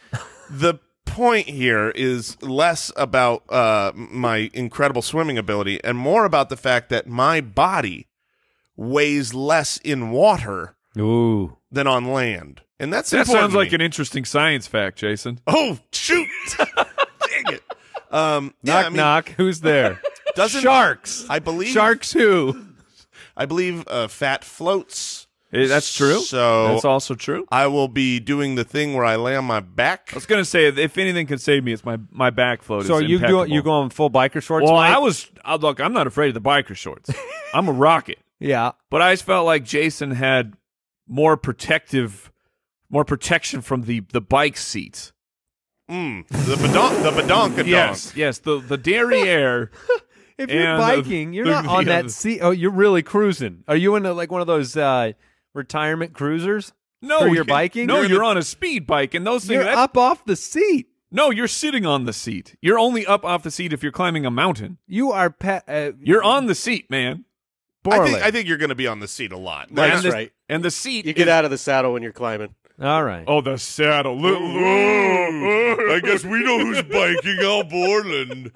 [SPEAKER 5] the point here is less about uh, my incredible swimming ability and more about the fact that my body weighs less in water
[SPEAKER 4] Ooh,
[SPEAKER 5] than on land, and that's
[SPEAKER 3] That
[SPEAKER 5] important
[SPEAKER 3] sounds
[SPEAKER 5] to
[SPEAKER 3] like
[SPEAKER 5] me.
[SPEAKER 3] an interesting science fact, Jason.
[SPEAKER 5] oh shoot, dang it. Um, yeah,
[SPEAKER 4] knock
[SPEAKER 5] I mean,
[SPEAKER 4] knock. Who's there?
[SPEAKER 5] Doesn't
[SPEAKER 4] Sharks.
[SPEAKER 5] I believe
[SPEAKER 4] Sharks. Who?
[SPEAKER 5] I believe uh, fat floats.
[SPEAKER 3] Eh, that's true.
[SPEAKER 5] So-
[SPEAKER 3] that's also true.
[SPEAKER 5] I will be doing the thing where I lay on my back.
[SPEAKER 3] I was gonna say if anything could save me, it's my my back float.
[SPEAKER 4] So are
[SPEAKER 3] is
[SPEAKER 4] you
[SPEAKER 3] impeccable.
[SPEAKER 4] doing you going full biker shorts?
[SPEAKER 3] Well,
[SPEAKER 4] Mike?
[SPEAKER 3] I was. I, look, I'm not afraid of the biker shorts. I'm a rocket,
[SPEAKER 4] yeah.
[SPEAKER 3] but I just felt like Jason had more protective, more protection from the the bike seat.
[SPEAKER 5] Mm, the badonk, the badonkadonk.
[SPEAKER 3] Yes, yes. The the derriere.
[SPEAKER 4] If you're
[SPEAKER 3] And the-
[SPEAKER 4] biking, you're
[SPEAKER 3] the-
[SPEAKER 4] not on
[SPEAKER 3] the
[SPEAKER 4] that
[SPEAKER 3] other-
[SPEAKER 4] seat. Oh, you're really cruising. Are you in a, like one of those uh, retirement cruisers?
[SPEAKER 3] No,
[SPEAKER 4] For your
[SPEAKER 3] you-
[SPEAKER 4] biking?
[SPEAKER 3] No,
[SPEAKER 4] You're
[SPEAKER 3] you're,
[SPEAKER 4] in the-
[SPEAKER 3] on a speed bike, and those things.
[SPEAKER 4] You're
[SPEAKER 3] that-
[SPEAKER 4] up off the seat.
[SPEAKER 3] No, you're sitting on the seat. You're only up off the seat if you're climbing a mountain.
[SPEAKER 4] You are pe- uh,
[SPEAKER 3] You're on the seat,
[SPEAKER 5] I
[SPEAKER 3] man.
[SPEAKER 4] Borland.
[SPEAKER 5] think, I think you're going to be on the seat a lot.
[SPEAKER 3] and
[SPEAKER 6] That's
[SPEAKER 3] the,
[SPEAKER 6] right.
[SPEAKER 3] And the seat.
[SPEAKER 6] You get
[SPEAKER 3] is-
[SPEAKER 6] out of the saddle when you're climbing.
[SPEAKER 4] All right.
[SPEAKER 3] Oh, the saddle.
[SPEAKER 5] I guess we know who's biking out Borland.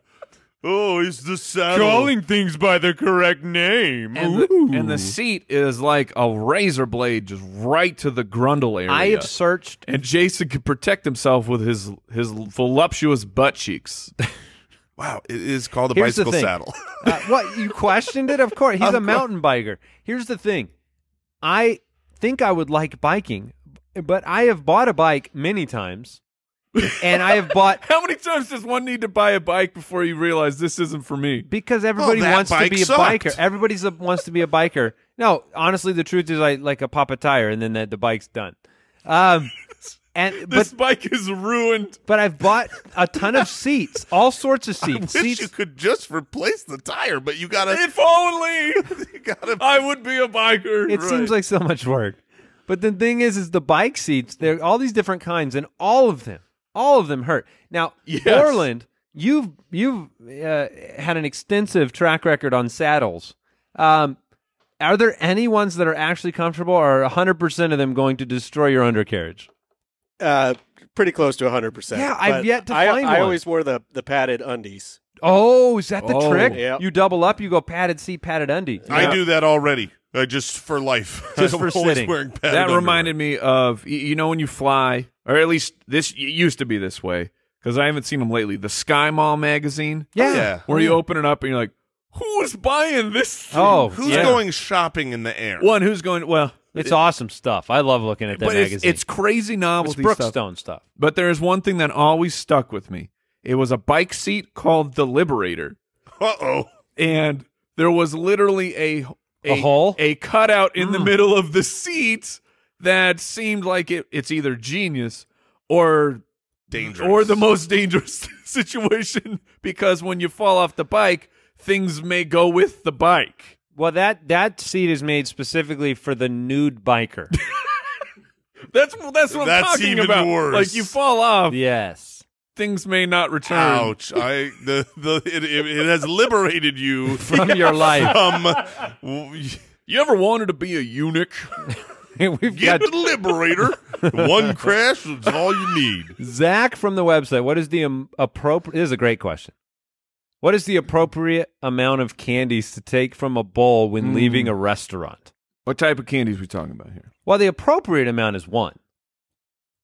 [SPEAKER 5] Oh, he's the saddle.
[SPEAKER 3] things by their correct name. And the, and the seat is like a razor blade, just right to the grundle area.
[SPEAKER 4] I have searched.
[SPEAKER 3] and Jason could protect himself with his his voluptuous butt cheeks.
[SPEAKER 5] Wow, it is called a
[SPEAKER 4] Here's the
[SPEAKER 5] bicycle
[SPEAKER 4] thing.
[SPEAKER 5] saddle.
[SPEAKER 4] Uh, what you questioned it? Of course, he's a mountain biker. Here's the thing. I think I would like biking, but I have bought a bike many times, and I have bought
[SPEAKER 3] How many times does one need to buy a bike before you realize this isn't for me?
[SPEAKER 4] because everybody
[SPEAKER 5] that
[SPEAKER 4] wants to
[SPEAKER 5] bike
[SPEAKER 4] be a
[SPEAKER 5] sucked.
[SPEAKER 4] biker. Everybody wants to be a biker. No, honestly, the truth is I like a pop a tire, and then the, the bike's done. Um, and
[SPEAKER 3] This
[SPEAKER 4] but
[SPEAKER 3] bike is ruined.
[SPEAKER 4] but I've bought a ton of seats, all sorts of
[SPEAKER 5] I wish
[SPEAKER 4] seats.
[SPEAKER 5] you
[SPEAKER 4] seats
[SPEAKER 5] could just replace the tire, but you got to.
[SPEAKER 3] If only
[SPEAKER 5] You got to.
[SPEAKER 3] I would be a biker.
[SPEAKER 4] it seems like so much work. But the thing is, is the bike seats. There are all these different kinds, and all of them, all of them hurt. Now, Borland, you've you've uh, had an extensive track record on saddles. Um, are there any ones that are actually comfortable, or are 100% of them going to destroy your undercarriage?
[SPEAKER 6] Uh, pretty close to 100%.
[SPEAKER 4] Yeah, I've
[SPEAKER 6] but
[SPEAKER 4] yet to
[SPEAKER 6] I,
[SPEAKER 4] find
[SPEAKER 6] I
[SPEAKER 4] one.
[SPEAKER 6] always wore the, the padded undies.
[SPEAKER 4] Oh, is that the
[SPEAKER 3] Oh.
[SPEAKER 4] trick?
[SPEAKER 6] Yeah.
[SPEAKER 4] You double up, you go padded seat, padded undie.
[SPEAKER 5] I do that already. I just for life.
[SPEAKER 4] Just
[SPEAKER 5] I'm
[SPEAKER 4] for
[SPEAKER 5] always
[SPEAKER 4] sitting.
[SPEAKER 5] wearing padded
[SPEAKER 3] that
[SPEAKER 5] underwear.
[SPEAKER 3] reminded me of y- you know when you fly, or at least this it used to be this way because I haven't seen them lately. The Sky Mall magazine,
[SPEAKER 4] Yeah.
[SPEAKER 5] yeah.
[SPEAKER 3] where you open it up and you're like, who's buying this? thing?"
[SPEAKER 4] Oh,
[SPEAKER 5] Who's
[SPEAKER 4] yeah.
[SPEAKER 5] going shopping in the air?
[SPEAKER 3] one who's going well.
[SPEAKER 4] It's awesome stuff. I love looking at that
[SPEAKER 3] But it's,
[SPEAKER 4] magazine.
[SPEAKER 3] it's crazy
[SPEAKER 4] it's
[SPEAKER 3] novelty stuff.
[SPEAKER 4] Brookstone stuff.
[SPEAKER 3] But there is one thing that always stuck with me. It was a bike seat called the Liberator,
[SPEAKER 5] Uh oh.
[SPEAKER 3] and there was literally a
[SPEAKER 4] A hole?
[SPEAKER 3] a cutout in the
[SPEAKER 5] Mm.
[SPEAKER 3] middle of the seat that seemed like it, it's either genius or
[SPEAKER 5] Dangerous.
[SPEAKER 3] or the most dangerous situation because when you fall off the bike, things may go with the bike.
[SPEAKER 4] Well, that that seat is made specifically for the nude biker.
[SPEAKER 3] That's that's what
[SPEAKER 5] That's
[SPEAKER 3] I'm talking
[SPEAKER 5] even
[SPEAKER 3] about.
[SPEAKER 5] worse.
[SPEAKER 3] Like you fall off,
[SPEAKER 4] yes.
[SPEAKER 3] things may not return.
[SPEAKER 5] Ouch! I the the it, it, it has liberated you
[SPEAKER 4] From your life.
[SPEAKER 5] from.
[SPEAKER 3] You ever wanted to be a eunuch?
[SPEAKER 4] We've
[SPEAKER 5] Get
[SPEAKER 4] got
[SPEAKER 5] the liberator. One crash is all you need.
[SPEAKER 4] Zach from the website. What is the um, appropriate? This is a great question. What is the appropriate amount of candies to take from a bowl when leaving a restaurant?
[SPEAKER 3] what type of candies we talking about here?
[SPEAKER 4] Well, the appropriate amount is one,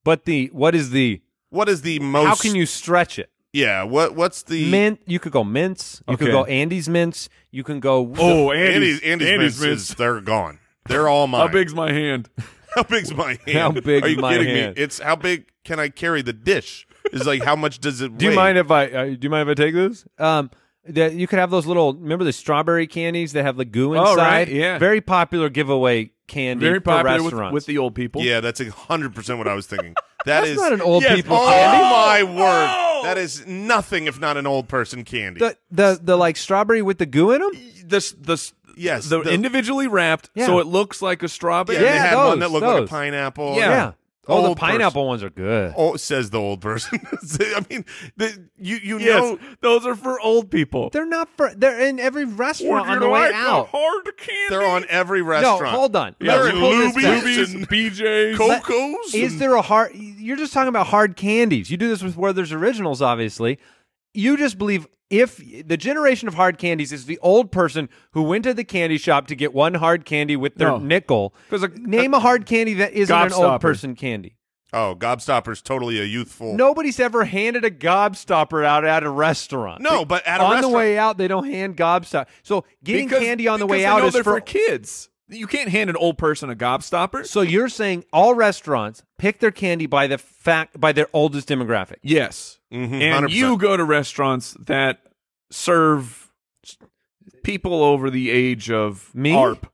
[SPEAKER 4] but the what is the?
[SPEAKER 5] What is the most?
[SPEAKER 4] how can you stretch it?
[SPEAKER 5] Yeah. What What's the
[SPEAKER 4] Mint. You could go mints. You could
[SPEAKER 3] Okay.
[SPEAKER 4] go Andy's mints. You can go.
[SPEAKER 3] Oh,
[SPEAKER 5] Andy's
[SPEAKER 3] Andy's
[SPEAKER 5] Andy's,
[SPEAKER 3] Andy's
[SPEAKER 5] mints is- they're gone. They're all mine.
[SPEAKER 3] How big's my hand?
[SPEAKER 5] How big's my hand?
[SPEAKER 4] How big
[SPEAKER 5] Are you
[SPEAKER 4] is my
[SPEAKER 5] kidding
[SPEAKER 4] hand?
[SPEAKER 5] me? It's how big can I carry the dish? Is like how much does it?
[SPEAKER 4] Do you
[SPEAKER 5] weigh?
[SPEAKER 4] mind if I? Uh, do you mind if I take this? Um, that you could have those little. Remember the strawberry candies that have the goo inside.
[SPEAKER 3] Oh, right, yeah.
[SPEAKER 4] Very popular giveaway candy.
[SPEAKER 3] Very
[SPEAKER 4] for
[SPEAKER 3] popular with,
[SPEAKER 4] restaurants.
[SPEAKER 3] with the old people.
[SPEAKER 5] Yeah, that's hundred percent what I was thinking.
[SPEAKER 4] That's
[SPEAKER 5] is
[SPEAKER 4] not an old
[SPEAKER 3] Yes,
[SPEAKER 4] people
[SPEAKER 5] Oh
[SPEAKER 4] candy.
[SPEAKER 5] my word! That is nothing if not an old person candy.
[SPEAKER 4] The, the the like strawberry with the goo in them.
[SPEAKER 3] This this
[SPEAKER 5] Yes,
[SPEAKER 3] the,
[SPEAKER 5] the-
[SPEAKER 3] individually wrapped,
[SPEAKER 4] Yeah.
[SPEAKER 3] so it looks like a
[SPEAKER 5] yeah,
[SPEAKER 3] strawberry.
[SPEAKER 5] they
[SPEAKER 4] yeah,
[SPEAKER 5] had one that
[SPEAKER 4] those,
[SPEAKER 5] looked like a
[SPEAKER 4] those.
[SPEAKER 5] pineapple.
[SPEAKER 3] Yeah.
[SPEAKER 4] Oh, the
[SPEAKER 5] Old person.
[SPEAKER 4] pineapple ones are good.
[SPEAKER 5] Oh, says the old person. I mean, the, you you
[SPEAKER 3] Yes,
[SPEAKER 5] know
[SPEAKER 3] those are for old people.
[SPEAKER 4] They're not for. They're in every restaurant on the way out.
[SPEAKER 3] hard candy.
[SPEAKER 5] they're on every
[SPEAKER 4] No,
[SPEAKER 5] restaurant.
[SPEAKER 4] hold on.
[SPEAKER 5] Yeah,
[SPEAKER 4] Let's
[SPEAKER 5] they're
[SPEAKER 4] pull this
[SPEAKER 5] Lubies.
[SPEAKER 4] back.
[SPEAKER 5] Lubies and
[SPEAKER 3] BJ's.
[SPEAKER 4] Let-
[SPEAKER 5] Cocos.
[SPEAKER 4] Is
[SPEAKER 5] and-
[SPEAKER 4] there a hard? You're just talking about hard candies. You do this with Werther's Originals, obviously. You just believe if the generation of hard candies is the old person who went to the candy shop to get one hard candy with their
[SPEAKER 3] No.
[SPEAKER 4] nickel.
[SPEAKER 3] 'Cause a-
[SPEAKER 4] name a hard candy that isn't an
[SPEAKER 3] Gobstopper.
[SPEAKER 4] old person candy.
[SPEAKER 5] Oh, Gobstopper's totally a youthful.
[SPEAKER 4] Nobody's ever handed a gobstopper out at a restaurant.
[SPEAKER 5] No, but at a
[SPEAKER 4] on
[SPEAKER 5] restaurant-
[SPEAKER 4] the way out, they don't hand gobstopper. So getting candy on the way out is
[SPEAKER 3] they're
[SPEAKER 4] for.
[SPEAKER 3] for kids. You can't hand an old person a gobstopper.
[SPEAKER 4] so you're saying all restaurants pick their candy by the fact by their oldest demographic.
[SPEAKER 3] yes,
[SPEAKER 5] Mhm,
[SPEAKER 3] and
[SPEAKER 5] 100%.
[SPEAKER 3] you go to restaurants that serve people over the age of
[SPEAKER 4] Me?
[SPEAKER 3] ARP.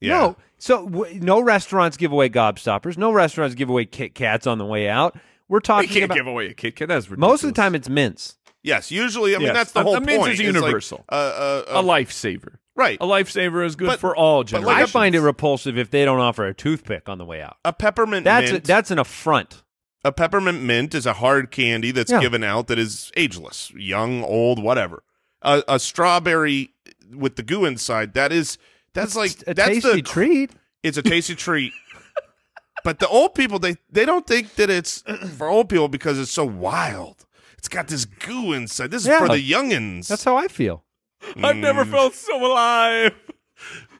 [SPEAKER 5] Yeah.
[SPEAKER 4] No. So w- no restaurants give away gobstoppers. No restaurants give away Kit Kats on the way out. We're
[SPEAKER 3] I
[SPEAKER 4] talking
[SPEAKER 3] can't
[SPEAKER 4] about
[SPEAKER 3] give away a Kit Kat. That's ridiculous.
[SPEAKER 4] most of the time it's mints.
[SPEAKER 5] Yes, usually. I mean,
[SPEAKER 3] Yes.
[SPEAKER 5] that's the
[SPEAKER 3] A-
[SPEAKER 5] whole
[SPEAKER 3] a mint
[SPEAKER 5] point.
[SPEAKER 3] is
[SPEAKER 5] It's like,
[SPEAKER 3] universal.
[SPEAKER 5] uh, uh,
[SPEAKER 4] Oh.
[SPEAKER 5] uh,
[SPEAKER 3] a lifesaver.
[SPEAKER 5] right.
[SPEAKER 3] A lifesaver is good
[SPEAKER 5] But-
[SPEAKER 3] for all
[SPEAKER 5] but
[SPEAKER 3] generations.
[SPEAKER 5] like
[SPEAKER 4] I find it repulsive if they don't offer a toothpick on the way out.
[SPEAKER 5] A peppermint
[SPEAKER 4] That's a,
[SPEAKER 5] mint.
[SPEAKER 4] that's an affront.
[SPEAKER 5] a peppermint mint is a hard candy that's
[SPEAKER 4] Yeah.
[SPEAKER 5] given out that is ageless, young, old, whatever. A, a strawberry with the goo inside that is that's like
[SPEAKER 4] a
[SPEAKER 5] that's
[SPEAKER 4] tasty
[SPEAKER 5] the
[SPEAKER 4] treat.
[SPEAKER 5] It's a tasty treat. But the old people they they don't think that it's for old people because it's so wild. It's got this goo inside. This is
[SPEAKER 4] Yeah.
[SPEAKER 5] for the youngins.
[SPEAKER 4] That's how I feel.
[SPEAKER 3] I've never felt so alive.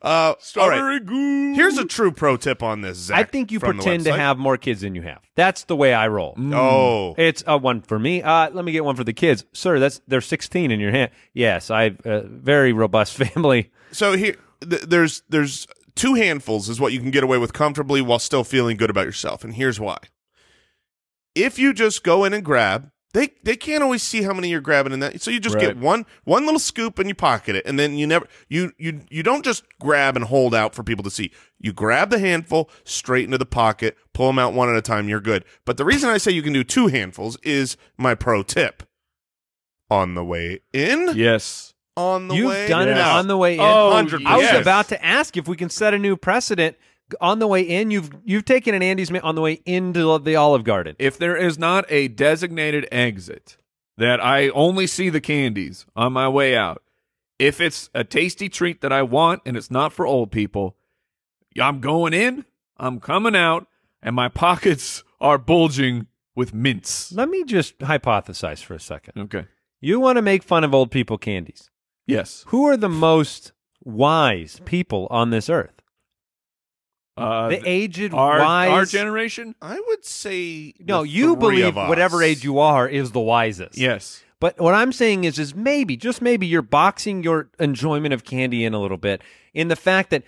[SPEAKER 5] uh, all
[SPEAKER 3] Strawberry
[SPEAKER 5] right.
[SPEAKER 3] goo.
[SPEAKER 5] Here's a true pro tip on this. Zach,
[SPEAKER 4] I think you
[SPEAKER 5] from the
[SPEAKER 4] pretend to
[SPEAKER 5] website.
[SPEAKER 4] have more kids than you have. That's the way I roll.
[SPEAKER 5] Oh,
[SPEAKER 4] It's a one for me. Uh, let me get one for the kids, sir. That's they're sixteen in your hand. Yes, I uh, very robust family.
[SPEAKER 5] so here th- there's there's two handfuls is what you can get away with comfortably while still feeling good about yourself and here's why if you just go in and grab they they can't always see how many you're grabbing in that so you just get
[SPEAKER 4] Right.
[SPEAKER 5] one one little scoop and you pocket it and then you never you you you don't just grab and hold out for people to see you grab the handful straight into the pocket pull them out one at a time you're good but the reason i say you can do two handfuls is my pro tip on the way in
[SPEAKER 3] Yes.
[SPEAKER 5] on the
[SPEAKER 4] You've
[SPEAKER 5] way
[SPEAKER 4] done it
[SPEAKER 5] out.
[SPEAKER 4] on the way in.
[SPEAKER 3] Oh,
[SPEAKER 5] 100%.
[SPEAKER 4] I was
[SPEAKER 3] yes.
[SPEAKER 4] about to ask if we can set a new precedent on the way in. You've you've taken an Andy's mint on the way into the Olive Garden.
[SPEAKER 3] If there is not a designated exit that I only see the candies on my way out, if it's a tasty treat that I want and it's not for old people, I'm going in, I'm coming out, and my pockets are bulging with mints.
[SPEAKER 4] Let me just hypothesize for a second.
[SPEAKER 3] Okay.
[SPEAKER 4] You want to make fun of old people candies.
[SPEAKER 3] Yes.
[SPEAKER 4] Who are the most wise people on this earth?
[SPEAKER 3] Uh,
[SPEAKER 4] The aged,
[SPEAKER 3] our,
[SPEAKER 4] wise.
[SPEAKER 3] our generation?
[SPEAKER 5] I would say
[SPEAKER 4] no,
[SPEAKER 5] the
[SPEAKER 4] you
[SPEAKER 5] three
[SPEAKER 4] believe
[SPEAKER 5] of us.
[SPEAKER 4] whatever age you are is the wisest.
[SPEAKER 3] Yes.
[SPEAKER 4] But what I'm saying is, is maybe, just maybe, you're boxing your enjoyment of candy in a little bit in the fact that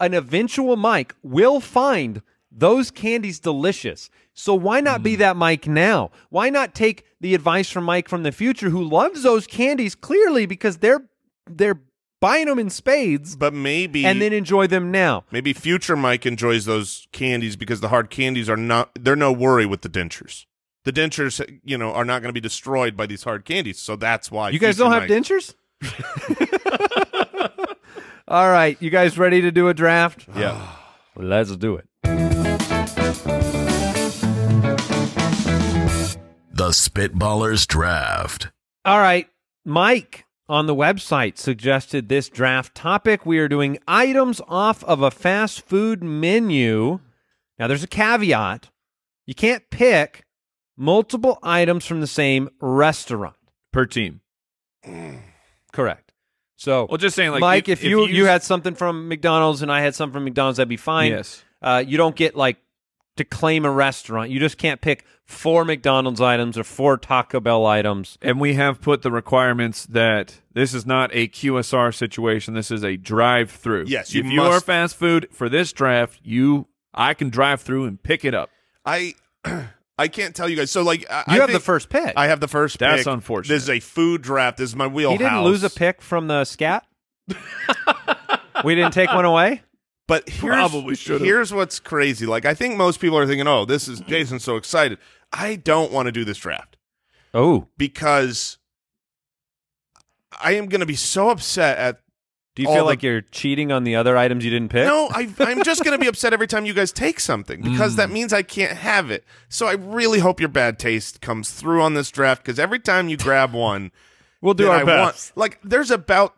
[SPEAKER 4] an eventual Mike will find those candies delicious. So why not be that Mike now? Why not take the advice from Mike from the future who loves those candies clearly because their their buying them in spades
[SPEAKER 5] But maybe
[SPEAKER 4] and then enjoy them now.
[SPEAKER 5] maybe future Mike enjoys those candies because the hard candies are not they're no worry with the dentures. The dentures, you know, are not going to be destroyed by these hard candies, so that's why
[SPEAKER 4] You guys
[SPEAKER 5] future
[SPEAKER 4] don't have
[SPEAKER 5] Mike-
[SPEAKER 4] dentures? All right, you guys ready to do a draft?
[SPEAKER 5] Yeah.
[SPEAKER 4] Let's do it.
[SPEAKER 2] The Spitballers Draft.
[SPEAKER 4] All right, Mike on the website suggested this draft topic. We are doing items off of a fast food menu. Now, there's a caveat you can't pick multiple items from the same restaurant.
[SPEAKER 3] per team.
[SPEAKER 4] Correct. So,
[SPEAKER 3] Well, just saying, like
[SPEAKER 4] Mike, if, you, you
[SPEAKER 3] s-
[SPEAKER 4] had something from McDonald's and I had something from McDonald's, that'd be fine.
[SPEAKER 3] yes,
[SPEAKER 4] Uh, you don't get like to claim a restaurant. You just can't pick four McDonald's items or four Taco Bell items.
[SPEAKER 3] and we have put the requirements that this is not a QSR situation. This is a drive-through.
[SPEAKER 5] Yes, you
[SPEAKER 3] if you are
[SPEAKER 5] must-
[SPEAKER 3] fast food for this draft, you I can drive through and pick it up.
[SPEAKER 5] I I can't tell you guys. So like I,
[SPEAKER 4] You
[SPEAKER 5] I
[SPEAKER 4] have the
[SPEAKER 5] think-
[SPEAKER 4] first pick.
[SPEAKER 5] I have the first
[SPEAKER 3] That's
[SPEAKER 5] pick.
[SPEAKER 3] unfortunate.
[SPEAKER 5] This is a food draft. This is my wheelhouse.
[SPEAKER 4] He didn't lose a pick from the scat. we didn't take one away.
[SPEAKER 5] But here's,
[SPEAKER 3] Probably should've.
[SPEAKER 5] here's what's crazy. Like I think most people are thinking, "Oh, this is Jason's so excited." I don't want to do this draft
[SPEAKER 4] Oh,
[SPEAKER 5] because I am going to be so upset at
[SPEAKER 4] do you
[SPEAKER 5] All
[SPEAKER 4] feel
[SPEAKER 5] the-
[SPEAKER 4] like you're cheating on the other items you didn't pick?
[SPEAKER 5] No, I, I'm just going to be upset every time you guys take something because
[SPEAKER 4] Mm.
[SPEAKER 5] that means I can't have it. So I really hope your bad taste comes through on this draft because every time you grab one,
[SPEAKER 4] we'll do
[SPEAKER 5] that
[SPEAKER 4] our
[SPEAKER 5] I
[SPEAKER 4] best.
[SPEAKER 5] want, like there's about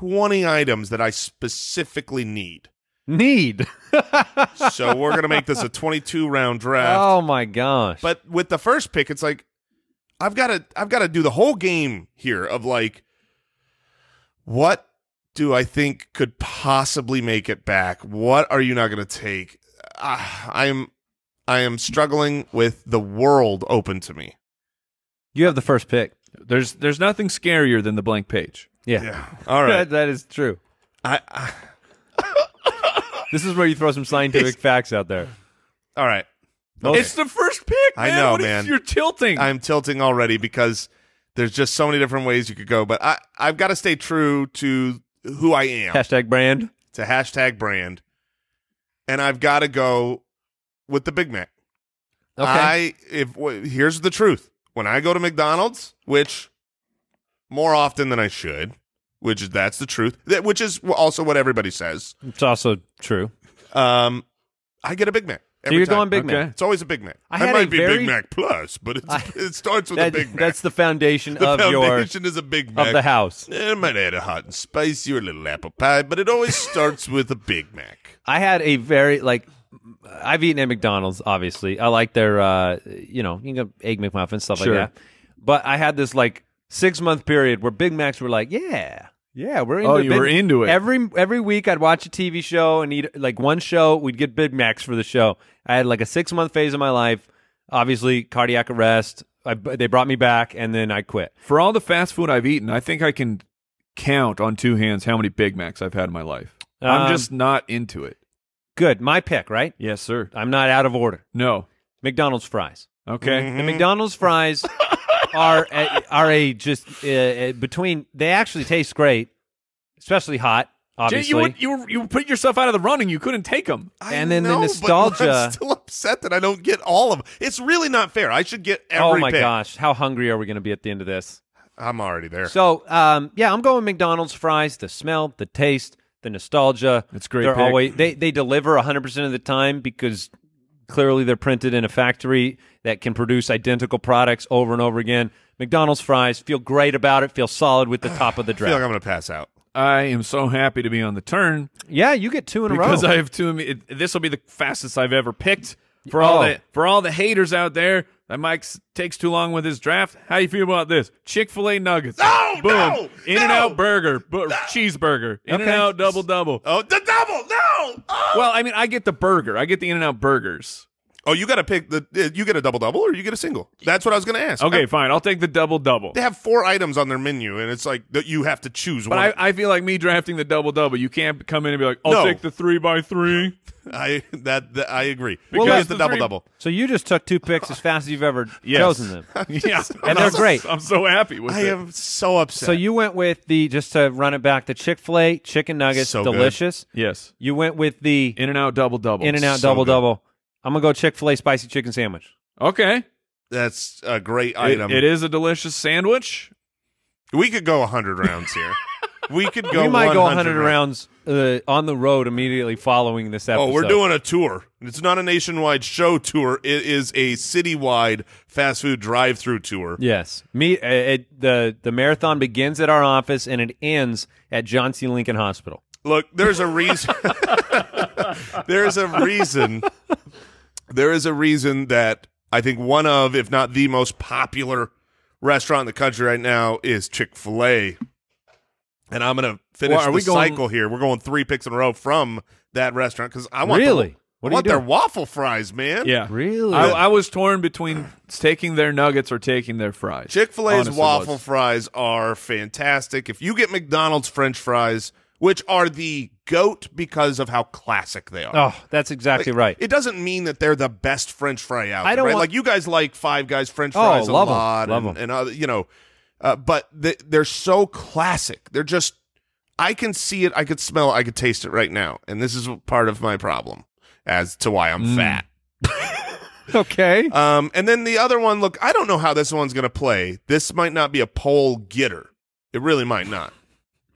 [SPEAKER 5] 20 items that I specifically need.
[SPEAKER 4] Need.
[SPEAKER 5] So we're going to make this a 22 round draft.
[SPEAKER 4] oh my gosh!
[SPEAKER 5] But with the first pick, it's like I've got to I've got to do the whole game here of like what do I think could possibly make it back? What are you not going to take? Ah, I'm I am struggling with the world open to me.
[SPEAKER 4] you have the first pick.
[SPEAKER 3] There's there's nothing scarier than the blank page.
[SPEAKER 4] Yeah,
[SPEAKER 5] All right.
[SPEAKER 4] That- that is true.
[SPEAKER 5] I, I
[SPEAKER 4] This is where you throw some scientific facts out there.
[SPEAKER 5] all right.
[SPEAKER 3] It's the first pick.
[SPEAKER 5] I
[SPEAKER 3] Man.
[SPEAKER 5] know,
[SPEAKER 3] What if
[SPEAKER 5] man.
[SPEAKER 3] You're tilting.
[SPEAKER 5] I'm tilting already because there's just so many different ways you could go, but I I've got to stay true to who I am.
[SPEAKER 4] Hashtag brand.
[SPEAKER 5] It's a hashtag brand, and I've got to go with the Big Mac.
[SPEAKER 4] Okay.
[SPEAKER 5] I if w- here's the truth: when I go to McDonald's, which more often than I should, which is that's the truth, that which is wh- also what everybody says.
[SPEAKER 4] it's also true.
[SPEAKER 5] Um, I get a Big Mac.
[SPEAKER 4] So
[SPEAKER 5] Every
[SPEAKER 4] you're
[SPEAKER 5] time.
[SPEAKER 4] going Big
[SPEAKER 3] Okay.
[SPEAKER 4] Mac.
[SPEAKER 5] It's always a Big Mac.
[SPEAKER 4] I
[SPEAKER 5] That
[SPEAKER 4] had a
[SPEAKER 5] might be
[SPEAKER 4] very-
[SPEAKER 5] Big Mac Plus, but it's,
[SPEAKER 4] I-
[SPEAKER 5] it starts with
[SPEAKER 4] That-
[SPEAKER 5] a Big Mac.
[SPEAKER 4] That's the foundation
[SPEAKER 5] the
[SPEAKER 4] of
[SPEAKER 5] foundation is a Big
[SPEAKER 4] your
[SPEAKER 5] Mac
[SPEAKER 4] of the house.
[SPEAKER 5] Eh, I might add a hot and spicy or a little apple pie, but it always starts with a Big Mac.
[SPEAKER 4] I had a very like I've eaten at McDonald's, obviously. I like their uh you know, you can go egg McMuffin, stuff
[SPEAKER 3] Sure.
[SPEAKER 4] like that. But I had this like six month period where Big Macs were like, Yeah. Yeah, we're into
[SPEAKER 3] Oh,
[SPEAKER 4] it.
[SPEAKER 3] you
[SPEAKER 4] Big-
[SPEAKER 3] were into it.
[SPEAKER 4] Every every week I'd watch a TV show and eat like one show, we'd get Big Macs for the show. I had like a six month phase of my life, obviously cardiac arrest. I, they brought me back and then I quit.
[SPEAKER 3] For all the fast food I've eaten, I think I can count on two hands how many Big Macs I've had in my life.
[SPEAKER 4] Um,
[SPEAKER 3] I'm just not into it.
[SPEAKER 4] Good. My pick, right?
[SPEAKER 3] Yes, sir.
[SPEAKER 4] I'm not out of order.
[SPEAKER 3] No.
[SPEAKER 4] McDonald's fries.
[SPEAKER 3] Okay.
[SPEAKER 4] The McDonald's fries are a, are a just uh, uh, between. They actually taste great, especially hot.
[SPEAKER 5] mm-hmm.
[SPEAKER 3] Jay,
[SPEAKER 4] Obviously,
[SPEAKER 3] you, were, you, were, you put yourself out of the running. You couldn't take them.
[SPEAKER 5] I
[SPEAKER 4] And then the
[SPEAKER 5] know, but
[SPEAKER 4] nostalgia-
[SPEAKER 5] I'm still upset that I don't get all of. It's really not fair. I should get every.
[SPEAKER 4] oh my
[SPEAKER 5] pick.
[SPEAKER 4] gosh, how hungry are we going to be at the end of this?
[SPEAKER 5] I'm already there.
[SPEAKER 4] So, um, yeah, I'm going McDonald's fries. The smell, the taste, the nostalgia.
[SPEAKER 3] That's a great
[SPEAKER 4] They're
[SPEAKER 3] pick.
[SPEAKER 4] always they they deliver 100 percent of the time because clearly they're printed in a factory that can produce identical products over and over again. McDonald's fries feel great about it. Feel solid with the top of the
[SPEAKER 5] I feel
[SPEAKER 4] draft.
[SPEAKER 5] like I'm gonna pass out.
[SPEAKER 3] I am so happy to be on the turn
[SPEAKER 4] yeah, you get two in a row.
[SPEAKER 3] because I have two. of me- It, this will be the fastest I've ever picked. For all
[SPEAKER 4] Oh.
[SPEAKER 3] the for all the haters out there, that Mike s- takes too long with his draft. How you feel about this? Chick fil A nuggets.
[SPEAKER 5] No,
[SPEAKER 3] Boom.
[SPEAKER 5] no,
[SPEAKER 3] In and
[SPEAKER 5] no.
[SPEAKER 3] out burger. Bu- Cheeseburger. In and out double double.
[SPEAKER 5] Oh, the double! No. Oh!
[SPEAKER 3] Well, I mean, I get the burger. I get the In and Out burgers.
[SPEAKER 5] Oh, you got to pick the. uh, You get a double double or you get a single. That's what I was going to ask.
[SPEAKER 3] Okay,
[SPEAKER 5] I-
[SPEAKER 3] fine. I'll take the double double.
[SPEAKER 5] they have four items on their menu, and it's like that you have to choose
[SPEAKER 3] But
[SPEAKER 5] one.
[SPEAKER 3] I, I feel like me drafting the double double. You can't come in and be like, "I'll
[SPEAKER 5] No.
[SPEAKER 3] take the three by three.
[SPEAKER 5] I that, that I agree.
[SPEAKER 3] Well,
[SPEAKER 5] Because
[SPEAKER 3] that's
[SPEAKER 5] it's the
[SPEAKER 3] the
[SPEAKER 5] double
[SPEAKER 3] three-
[SPEAKER 5] double.
[SPEAKER 4] So you just took two picks as fast as you've ever
[SPEAKER 3] Yes.
[SPEAKER 4] chosen them.
[SPEAKER 3] yeah,
[SPEAKER 4] And they're great.
[SPEAKER 3] I'm so happy with
[SPEAKER 5] I
[SPEAKER 3] it.
[SPEAKER 5] am so upset.
[SPEAKER 4] So you went with the just to run it back the Chick Fil A chicken nuggets,
[SPEAKER 5] So good.
[SPEAKER 4] delicious.
[SPEAKER 3] yes,
[SPEAKER 4] You went with the
[SPEAKER 3] in and out double double.
[SPEAKER 4] In and Out
[SPEAKER 5] so
[SPEAKER 4] double
[SPEAKER 5] good.
[SPEAKER 4] double. I'm gonna go Chick Fil A spicy chicken sandwich.
[SPEAKER 3] Okay,
[SPEAKER 5] that's a great
[SPEAKER 3] It-
[SPEAKER 5] item.
[SPEAKER 3] it is a delicious sandwich.
[SPEAKER 5] We could go hundred rounds here. we could go.
[SPEAKER 4] we might go
[SPEAKER 5] 100
[SPEAKER 4] 100 rounds uh, on the road immediately following this episode.
[SPEAKER 5] Oh, we're doing a tour. It's not a nationwide show tour. It is a citywide fast food drive-through tour.
[SPEAKER 4] Yes, me. uh, It, the the marathon begins at our office and it ends at John C. Lincoln Hospital.
[SPEAKER 5] Look, there's a reason. there's a reason. There is a reason that I think one of, if not the most popular restaurant in the country right now is Chick Fil A. And I'm gonna finish
[SPEAKER 3] Well, are
[SPEAKER 5] the
[SPEAKER 3] we going-
[SPEAKER 5] cycle here. We're going three picks in a row from that restaurant because I want the-
[SPEAKER 4] Really?
[SPEAKER 5] I
[SPEAKER 4] What are you
[SPEAKER 5] want their
[SPEAKER 4] doing?
[SPEAKER 5] waffle fries, man.
[SPEAKER 3] Yeah,
[SPEAKER 4] Really?
[SPEAKER 3] I, I was torn between taking their nuggets or taking their fries.
[SPEAKER 5] Chick fil A's
[SPEAKER 3] Honestly was.
[SPEAKER 5] waffle fries are fantastic. If you get McDonald's French fries, which are the goat because of how classic they are.
[SPEAKER 4] Oh, that's exactly right.
[SPEAKER 5] It doesn't mean that they're the best French fry out.
[SPEAKER 4] I
[SPEAKER 5] there,
[SPEAKER 4] don't
[SPEAKER 5] right?
[SPEAKER 4] want-
[SPEAKER 5] like you guys like Five Guys French
[SPEAKER 4] Oh,
[SPEAKER 5] fries
[SPEAKER 4] love
[SPEAKER 5] a
[SPEAKER 4] 'em,
[SPEAKER 5] lot,
[SPEAKER 4] love
[SPEAKER 5] and,
[SPEAKER 4] 'em.
[SPEAKER 5] and other, you know, uh, but th- they're so classic. They're just I can see it, I could smell, it, I could taste it right now, and this is part of my problem as to why I'm
[SPEAKER 4] Mm.
[SPEAKER 5] fat.
[SPEAKER 4] okay.
[SPEAKER 5] Um, and then the other one, look, I don't know how this one's going to play. This might not be a poll getter. It really might not.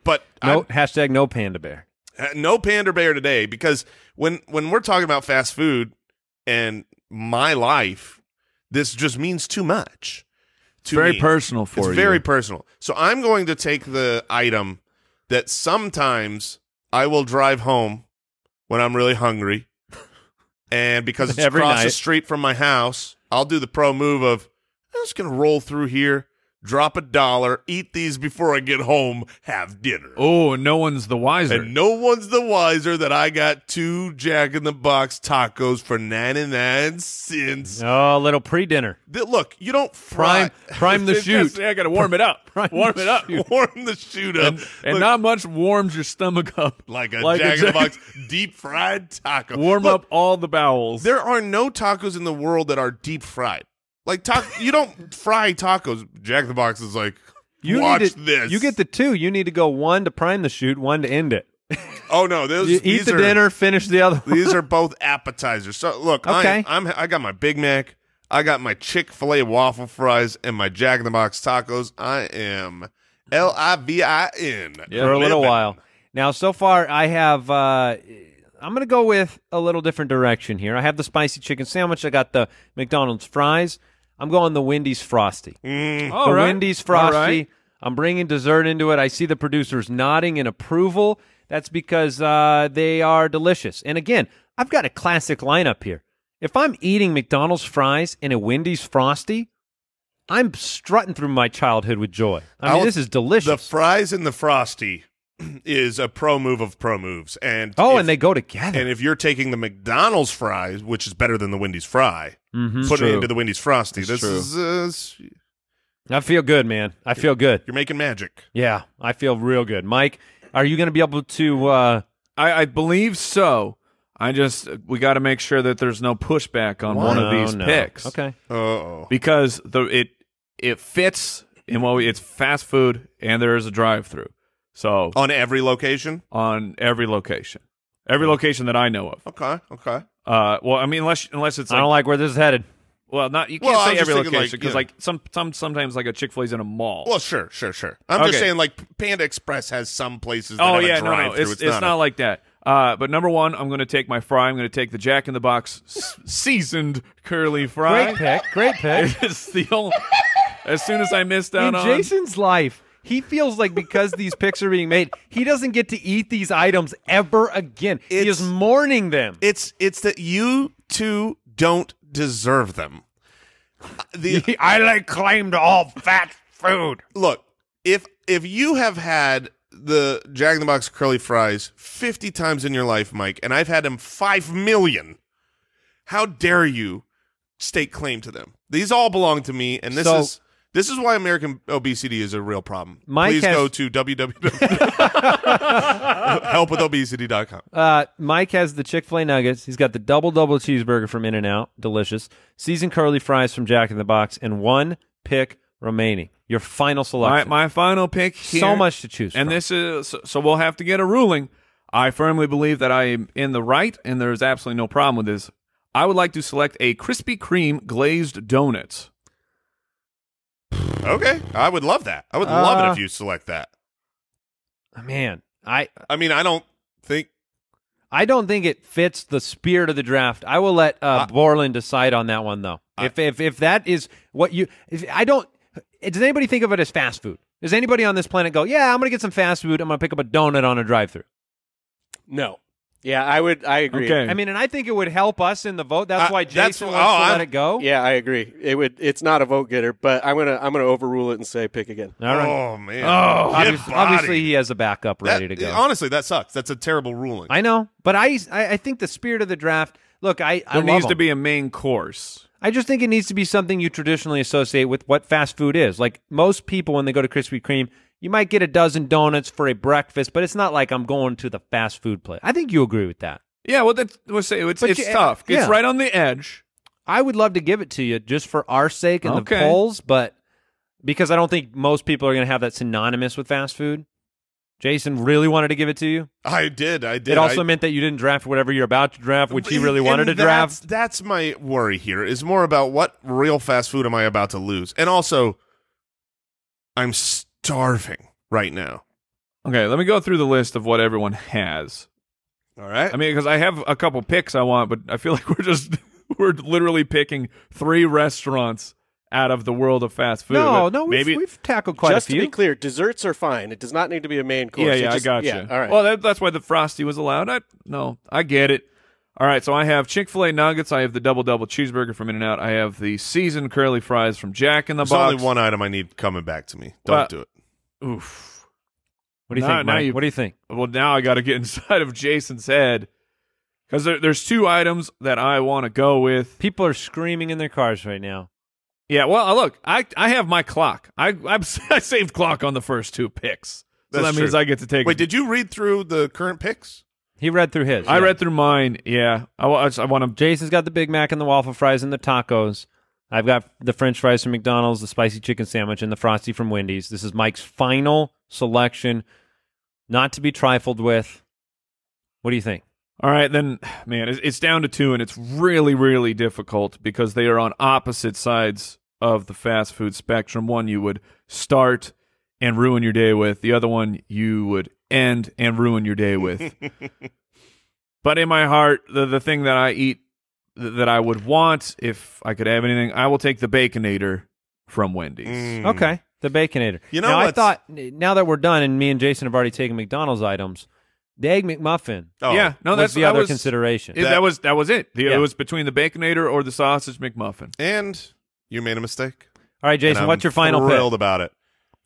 [SPEAKER 5] But
[SPEAKER 4] No hashtag no panda bear.
[SPEAKER 5] I, uh, no pander bear today because when when we're talking about fast food and my life, this just means too much. To
[SPEAKER 3] very
[SPEAKER 5] me.
[SPEAKER 3] personal for
[SPEAKER 5] It's
[SPEAKER 3] you.
[SPEAKER 5] very personal. So I'm going to take the item that sometimes I will drive home when I'm really hungry, and because it's
[SPEAKER 4] Every
[SPEAKER 5] across the
[SPEAKER 4] night.
[SPEAKER 5] street from my house, I'll do the pro move of I'm just going to roll through here, drop a dollar, eat these before I get home, have dinner.
[SPEAKER 3] oh, and no one's the wiser.
[SPEAKER 5] And no one's the wiser that I got two Jack in the Box tacos for 99 cents.
[SPEAKER 4] Oh, a little pre dinner.
[SPEAKER 5] Th- Look, you don't fry.
[SPEAKER 4] Prime prime the
[SPEAKER 3] Yes,
[SPEAKER 4] shoot.
[SPEAKER 3] I got to warm it up.
[SPEAKER 4] Prime
[SPEAKER 3] warm
[SPEAKER 4] the
[SPEAKER 3] it up.
[SPEAKER 5] warm the shoot up.
[SPEAKER 3] And, and
[SPEAKER 5] Look,
[SPEAKER 3] not much warms your stomach up
[SPEAKER 5] like a Jack in the Box deep fried taco.
[SPEAKER 3] Warm
[SPEAKER 5] Look,
[SPEAKER 3] up all the bowels.
[SPEAKER 5] There are no tacos in the world that are deep fried. Like ta- you don't fry tacos. Jack in the Box is like,
[SPEAKER 4] You
[SPEAKER 5] watch
[SPEAKER 4] need to,
[SPEAKER 5] this.
[SPEAKER 4] You get the two. You need to go one to prime the shoot, one to end it.
[SPEAKER 5] oh no, those
[SPEAKER 4] You eat
[SPEAKER 5] these
[SPEAKER 4] the
[SPEAKER 5] are,
[SPEAKER 4] dinner, finish the other. one.
[SPEAKER 5] these are both appetizers. So look,
[SPEAKER 4] Okay.
[SPEAKER 5] I, I'm I got my Big Mac, I got my Chick Fil A waffle fries, and my Jack in the Box tacos. I am L I V I N
[SPEAKER 4] for a little while. Now, so far, I have. Uh, I'm going to go with a little different direction here. I have the spicy chicken sandwich. I got the McDonald's fries. I'm going the Wendy's frosty.
[SPEAKER 3] Mm. all
[SPEAKER 4] the
[SPEAKER 3] right.
[SPEAKER 4] Wendy's frosty.
[SPEAKER 3] All right.
[SPEAKER 4] I'm bringing dessert into it. I see the producers nodding in approval. That's because uh, they are delicious. And again, I've got a classic lineup here. If I'm eating McDonald's fries and a Wendy's frosty, I'm strutting through my childhood with joy. I mean,
[SPEAKER 5] I'll-
[SPEAKER 4] this is delicious.
[SPEAKER 5] The fries and the frosty is a pro move of pro moves, and
[SPEAKER 4] oh,
[SPEAKER 5] if-
[SPEAKER 4] and they go together.
[SPEAKER 5] And if you're taking the McDonald's fries, which is better than the Wendy's fry,
[SPEAKER 4] Mm-hmm.
[SPEAKER 5] putting it
[SPEAKER 3] True.
[SPEAKER 5] into the Wendy's frosty,
[SPEAKER 3] It's
[SPEAKER 5] this
[SPEAKER 3] true.
[SPEAKER 5] is uh, s-
[SPEAKER 4] I feel good, man. I feel good.
[SPEAKER 5] you're making magic.
[SPEAKER 4] Yeah, I feel real good. Mike, are you going to be able to? Uh,
[SPEAKER 3] I, I believe so. I just we got to make sure that there's no pushback on one of
[SPEAKER 4] No,
[SPEAKER 3] these
[SPEAKER 4] no.
[SPEAKER 3] picks.
[SPEAKER 4] Okay.
[SPEAKER 5] Oh,
[SPEAKER 3] because the it it fits in what we, it's fast food and there is a drive-through. So
[SPEAKER 5] on every location.
[SPEAKER 3] on every location, every location that I know of.
[SPEAKER 5] Okay, okay.
[SPEAKER 3] Uh, well, I mean, unless unless it's
[SPEAKER 4] I
[SPEAKER 3] like,
[SPEAKER 4] don't like where this is headed.
[SPEAKER 3] well, not you can't
[SPEAKER 5] Well, I
[SPEAKER 3] say
[SPEAKER 5] was just
[SPEAKER 3] every
[SPEAKER 5] thinking, like,
[SPEAKER 3] location because
[SPEAKER 5] yeah.
[SPEAKER 3] like, some some sometimes like a Chick Fil A's in a mall.
[SPEAKER 5] Well, sure, sure, sure. I'm just
[SPEAKER 3] Okay.
[SPEAKER 5] saying, like Panda Express has some places. That
[SPEAKER 3] oh
[SPEAKER 5] have a
[SPEAKER 3] yeah, no, no,
[SPEAKER 5] drive-through.
[SPEAKER 3] it's, it's,
[SPEAKER 5] a-
[SPEAKER 3] not, like that. Uh, but number one, I'm going to take my fry. I'm going to take the Jack in the Box s- seasoned curly fry.
[SPEAKER 4] Great pick. Great pick.
[SPEAKER 3] It's the only. as soon as I missed out
[SPEAKER 4] In
[SPEAKER 3] on
[SPEAKER 4] Jason's life, he feels like because these picks are being made, he doesn't get to eat these items ever again. he
[SPEAKER 5] It's-
[SPEAKER 4] is mourning them.
[SPEAKER 5] it's it's that you two don't deserve them. The
[SPEAKER 4] I like claim to all fat food.
[SPEAKER 5] look if if you have had the jack in the box curly fries 50 times in your life mike and i've had them 5 million How dare you stake claim to them? These all belong to me, and this
[SPEAKER 4] So-
[SPEAKER 5] is this is why American obesity is a real problem.
[SPEAKER 4] Mike
[SPEAKER 5] Please
[SPEAKER 4] has-
[SPEAKER 5] go to www.helpwithobesity.com.
[SPEAKER 4] Uh, Mike has the Chick Fil A nuggets. He's got the double double cheeseburger from In and Out, delicious. Seasoned curly fries from Jack in the Box, and one pick remaining. Your final
[SPEAKER 3] My,
[SPEAKER 4] selection.
[SPEAKER 3] my final pick here.
[SPEAKER 4] so much to choose.
[SPEAKER 3] And
[SPEAKER 4] from.
[SPEAKER 3] this is so- so we'll have to get a ruling. I firmly believe that I am in the right, and there is absolutely no problem with this. I would like to select a Krispy Kreme glazed donut.
[SPEAKER 5] Okay, I would love that. I would love it
[SPEAKER 4] Uh,
[SPEAKER 5] if you select that.
[SPEAKER 4] Oh, man, I
[SPEAKER 5] I mean, I don't think
[SPEAKER 4] I don't think it fits the spirit of the draft. I will let uh, Borland decide on that one though. if if if that is what you, if, I don't. Does anybody think of it as fast food? Does anybody on this planet go, yeah, I'm gonna get some fast food. I'm gonna pick up a donut on a drive-through.
[SPEAKER 6] No. Yeah, I would. I agree.
[SPEAKER 3] Okay.
[SPEAKER 4] I mean, and I think it would help us in the vote. That's
[SPEAKER 5] Uh,
[SPEAKER 4] why
[SPEAKER 5] that's-
[SPEAKER 4] Jason
[SPEAKER 5] oh,
[SPEAKER 4] wants to
[SPEAKER 5] I'm-
[SPEAKER 4] let it go.
[SPEAKER 6] Yeah, I agree. It would. It's not a vote getter, but I'm gonna. I'm gonna overrule it and say pick again.
[SPEAKER 4] All right.
[SPEAKER 5] Oh man.
[SPEAKER 4] Oh,
[SPEAKER 5] Get
[SPEAKER 4] obviously, obviously
[SPEAKER 5] bodied.
[SPEAKER 4] he has a backup
[SPEAKER 5] That-
[SPEAKER 4] ready to go.
[SPEAKER 5] Honestly, that sucks. That's a terrible ruling.
[SPEAKER 4] I know, but I, I I think the spirit of the draft. Look, I I
[SPEAKER 3] There
[SPEAKER 4] love
[SPEAKER 3] needs to
[SPEAKER 4] them.
[SPEAKER 3] be a main course.
[SPEAKER 4] I just think it needs to be something you traditionally associate with what fast food is. Like most people, when they go to Krispy Kreme, you might get a dozen donuts for a breakfast, but it's not like I'm going to the fast food place. I think you agree with that.
[SPEAKER 3] Yeah, well, that's we'll say it's,
[SPEAKER 4] But
[SPEAKER 3] it's
[SPEAKER 4] you-
[SPEAKER 3] tough.
[SPEAKER 4] yeah.
[SPEAKER 3] It's right on the edge.
[SPEAKER 4] I would love to give it to you just for our sake and
[SPEAKER 3] Okay.
[SPEAKER 4] the polls, but because I don't think most people are going to have that synonymous with fast food. Jason really wanted to give it to you.
[SPEAKER 5] I did. I did.
[SPEAKER 4] it also
[SPEAKER 5] I,
[SPEAKER 4] meant that you didn't draft whatever you're about to draft, which you really
[SPEAKER 5] And
[SPEAKER 4] wanted to
[SPEAKER 5] that's-
[SPEAKER 4] draft.
[SPEAKER 5] That's my worry here. Is more about what real fast food am I about to lose, and also, I'm starving right now.
[SPEAKER 3] Okay, let me go through the list of what everyone has.
[SPEAKER 5] All right.
[SPEAKER 3] I mean, because I have a couple picks I want, but I feel like we're just we're literally picking three restaurants out of the world of fast food.
[SPEAKER 4] No,
[SPEAKER 3] But
[SPEAKER 4] no, we've,
[SPEAKER 3] maybe
[SPEAKER 4] we've tackled quite
[SPEAKER 6] Just
[SPEAKER 4] a
[SPEAKER 6] to
[SPEAKER 4] few.
[SPEAKER 6] be clear, desserts are fine. It does not need to be a main course.
[SPEAKER 3] Yeah,
[SPEAKER 6] It
[SPEAKER 3] yeah,
[SPEAKER 6] just-
[SPEAKER 3] I got
[SPEAKER 6] yeah,
[SPEAKER 3] you.
[SPEAKER 6] All right.
[SPEAKER 3] Well, that, that's why the frosty was allowed. I no, I get it. All right, so I have Chick Fil A nuggets. I have the double double cheeseburger from In and Out. I have the seasoned curly fries from Jack in the
[SPEAKER 5] There's
[SPEAKER 3] Box.
[SPEAKER 5] only one item I need coming back to me. Don't
[SPEAKER 3] Well-
[SPEAKER 5] do it.
[SPEAKER 3] Oof.
[SPEAKER 4] what do you
[SPEAKER 3] Now-
[SPEAKER 4] think,
[SPEAKER 3] now
[SPEAKER 4] Mike?
[SPEAKER 3] you-
[SPEAKER 4] What do you think?
[SPEAKER 3] Well, now I got to get inside of Jason's head because there, there's two items that I want to go with.
[SPEAKER 4] People are screaming in their cars right now.
[SPEAKER 3] Yeah, well, uh, look, I I have my clock. I I'm, I saved clock on the first two picks,
[SPEAKER 5] That's
[SPEAKER 3] so that means
[SPEAKER 5] true.
[SPEAKER 3] I get to take.
[SPEAKER 5] Wait, did you read through the current picks?
[SPEAKER 4] He read through his.
[SPEAKER 3] I
[SPEAKER 4] yeah.
[SPEAKER 3] read through mine? Yeah, I, wa- I, just- I want to
[SPEAKER 4] Jason's got the Big Mac and the waffle fries and the tacos. I've got the French fries from McDonald's, the spicy chicken sandwich, and the frosty from Wendy's. This is Mike's final selection, not to be trifled with. What do you think?
[SPEAKER 3] All right, then, man, it's, it's down to two, and it's really, really difficult because they are on opposite sides of the fast food spectrum. One you would start and ruin your day with, the other one you would end and ruin your day with. but in my heart, the, the thing that I eat th- that I would want, if I could have anything, I will take the Baconator from Wendy's.
[SPEAKER 4] Okay, the Baconator.
[SPEAKER 5] You know
[SPEAKER 4] now, I
[SPEAKER 5] what's-
[SPEAKER 4] thought now that we're done, and me and Jason have already taken McDonald's items, the egg McMuffin
[SPEAKER 5] Oh,
[SPEAKER 3] yeah, no,
[SPEAKER 4] was
[SPEAKER 3] that's
[SPEAKER 4] the
[SPEAKER 3] that
[SPEAKER 4] other
[SPEAKER 3] was-
[SPEAKER 4] consideration.
[SPEAKER 3] it- that, was that was it. The-
[SPEAKER 4] Yeah.
[SPEAKER 3] It was between the Baconator or the sausage McMuffin.
[SPEAKER 5] And you made a mistake.
[SPEAKER 4] All right, Jason,
[SPEAKER 5] And
[SPEAKER 4] what's
[SPEAKER 5] I'm
[SPEAKER 4] your final
[SPEAKER 5] thrilled
[SPEAKER 4] pick?
[SPEAKER 5] about it.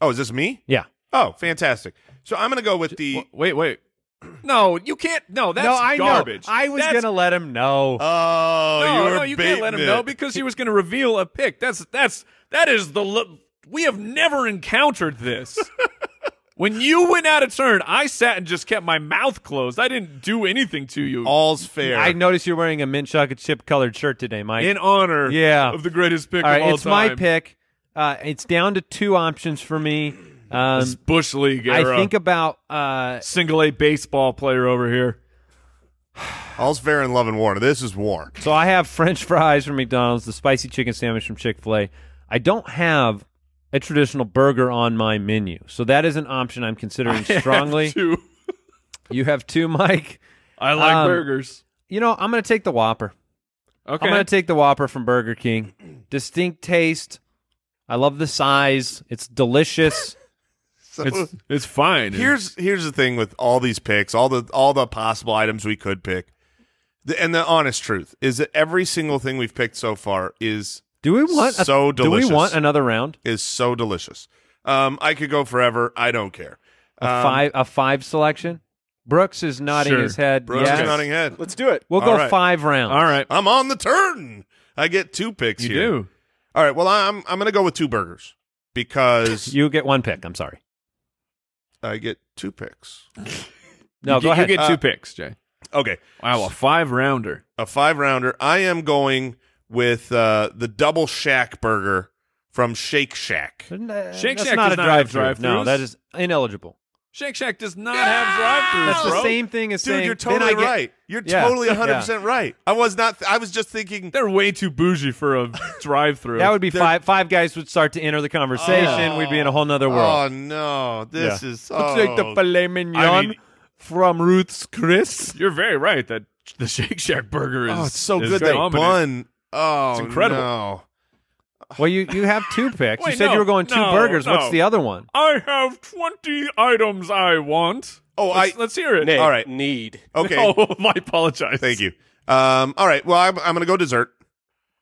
[SPEAKER 5] Oh, is this me?
[SPEAKER 4] Yeah.
[SPEAKER 5] Oh, fantastic. So I'm going to go with the.
[SPEAKER 3] Wh- Wait, wait. No, you can't. No, that's
[SPEAKER 4] no, I
[SPEAKER 3] garbage.
[SPEAKER 4] know. I was
[SPEAKER 3] That's-
[SPEAKER 4] gonna let him know.
[SPEAKER 5] Oh,
[SPEAKER 3] No,
[SPEAKER 5] you were
[SPEAKER 3] no, you can't let him
[SPEAKER 5] baiting
[SPEAKER 3] know
[SPEAKER 5] it.
[SPEAKER 3] because he was going to reveal a pick. That's that's that is the. l- We have never encountered this. when you went out of turn, I sat and just kept my mouth closed. I didn't do anything to you
[SPEAKER 5] All's fair.
[SPEAKER 4] I noticed you're wearing a mint chocolate chip colored shirt today, Mike.
[SPEAKER 3] in honor
[SPEAKER 4] Yeah.
[SPEAKER 3] of the greatest pick
[SPEAKER 4] all
[SPEAKER 3] of
[SPEAKER 4] right,
[SPEAKER 3] all
[SPEAKER 4] it's
[SPEAKER 3] time.
[SPEAKER 4] my pick. Uh, it's down to two options for me. Um,
[SPEAKER 3] This Bush League
[SPEAKER 4] I
[SPEAKER 3] era.
[SPEAKER 4] think about uh,
[SPEAKER 3] single A baseball player over here.
[SPEAKER 5] All's fair in love and war. This is war.
[SPEAKER 4] so I have French fries from McDonald's, the spicy chicken sandwich from Chick Fil A. I don't have a traditional burger on my menu, so that is an option I'm considering strongly.
[SPEAKER 3] Two.
[SPEAKER 4] You have two, Mike.
[SPEAKER 3] I like
[SPEAKER 4] Um,
[SPEAKER 3] burgers.
[SPEAKER 4] You know, I'm going to take the Whopper.
[SPEAKER 3] Okay.
[SPEAKER 4] I'm going to take the Whopper from Burger King. Distinct taste. I love the size. It's delicious.
[SPEAKER 5] So
[SPEAKER 3] it's it's fine.
[SPEAKER 5] here's here's the thing with all these picks, all the all the possible items we could pick. The, and the honest truth is that every single thing we've picked so far is
[SPEAKER 4] Do we want a-
[SPEAKER 5] So delicious.
[SPEAKER 4] Do we want another round?
[SPEAKER 5] is so delicious. Um, I could go forever. I don't care.
[SPEAKER 4] A five a five selection? Brooks is nodding
[SPEAKER 3] Sure.
[SPEAKER 4] his head.
[SPEAKER 5] Brooks
[SPEAKER 4] yes.
[SPEAKER 5] nodding head.
[SPEAKER 6] Let's do it.
[SPEAKER 4] We'll
[SPEAKER 5] All
[SPEAKER 4] go
[SPEAKER 5] right.
[SPEAKER 4] five rounds.
[SPEAKER 3] All right.
[SPEAKER 5] I'm on the turn. I get two picks
[SPEAKER 3] You
[SPEAKER 5] here.
[SPEAKER 3] do.
[SPEAKER 5] All right. Well, I'm I'm gonna go with two burgers because
[SPEAKER 4] You get one pick. I'm sorry.
[SPEAKER 5] I get two picks.
[SPEAKER 4] No,
[SPEAKER 3] you
[SPEAKER 4] go
[SPEAKER 3] get,
[SPEAKER 4] ahead.
[SPEAKER 3] You get two
[SPEAKER 5] Uh,
[SPEAKER 3] picks, Jay.
[SPEAKER 5] Okay,
[SPEAKER 3] Wow, a five rounder.
[SPEAKER 5] a five rounder. I am going with uh, the double shack burger from Shake Shack.
[SPEAKER 3] Shake
[SPEAKER 4] That's
[SPEAKER 3] Shack
[SPEAKER 4] not
[SPEAKER 3] does not have
[SPEAKER 4] a drive-thru. No,
[SPEAKER 3] drive-thrus.
[SPEAKER 4] that is ineligible.
[SPEAKER 3] Shake Shack does not have drive-throughs,
[SPEAKER 4] That's
[SPEAKER 3] bro.
[SPEAKER 4] the same thing as
[SPEAKER 5] Dude,
[SPEAKER 4] saying.
[SPEAKER 5] you're
[SPEAKER 4] then I
[SPEAKER 5] totally
[SPEAKER 4] get-
[SPEAKER 5] right. You're
[SPEAKER 4] Yeah.
[SPEAKER 5] totally 100% right. I was not I was just thinking
[SPEAKER 3] They're way too bougie for a drive-through.
[SPEAKER 4] That would be
[SPEAKER 5] They're-
[SPEAKER 4] five. Five guys would start to enter the conversation. We'd be in a whole nother world.
[SPEAKER 5] Oh no, this is oh,
[SPEAKER 4] Let's take the filet mignon
[SPEAKER 3] I mean-
[SPEAKER 4] from Ruth's Chris.
[SPEAKER 3] You're very right that the Shake Shack burger is
[SPEAKER 5] Oh, it's so
[SPEAKER 3] is
[SPEAKER 5] good that
[SPEAKER 3] dominant.
[SPEAKER 5] bun. Oh,
[SPEAKER 3] It's incredible.
[SPEAKER 5] no.
[SPEAKER 4] Well, you, you have two picks. you
[SPEAKER 3] Wait,
[SPEAKER 4] said
[SPEAKER 3] no,
[SPEAKER 4] you were going two
[SPEAKER 3] no,
[SPEAKER 4] burgers. What's
[SPEAKER 3] no.
[SPEAKER 4] the other one?
[SPEAKER 3] I have 20 items I want.
[SPEAKER 5] Oh,
[SPEAKER 3] let's,
[SPEAKER 5] I-
[SPEAKER 3] let's hear it.
[SPEAKER 6] Nick,
[SPEAKER 5] All right.
[SPEAKER 6] Need.
[SPEAKER 5] Okay.
[SPEAKER 3] Oh, I apologize.
[SPEAKER 5] Thank you. Um all right, well I'm, I'm going to go dessert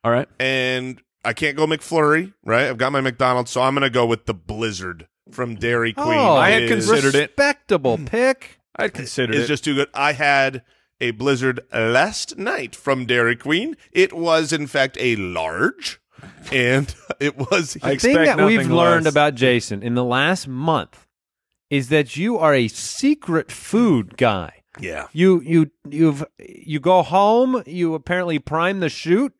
[SPEAKER 3] All right.
[SPEAKER 5] and I can't go McFlurry, right? I've got my McDonald's, so I'm going to go with the Blizzard from Dairy Queen.
[SPEAKER 4] Oh,
[SPEAKER 3] I had
[SPEAKER 5] It is-
[SPEAKER 3] considered it. Hmm.
[SPEAKER 4] Respectable pick.
[SPEAKER 3] I'd consider
[SPEAKER 5] is
[SPEAKER 3] it.
[SPEAKER 5] just too good. I had a blizzard last night from Dairy Queen. It was, in fact, a large, and it was.
[SPEAKER 4] The
[SPEAKER 3] I
[SPEAKER 4] thing
[SPEAKER 3] expect
[SPEAKER 4] that we've
[SPEAKER 3] nothing
[SPEAKER 4] learned
[SPEAKER 3] less.
[SPEAKER 4] about Jason in the last month is that you are a secret food guy.
[SPEAKER 5] yeah.
[SPEAKER 4] You you you've you go home. You apparently prime the shoot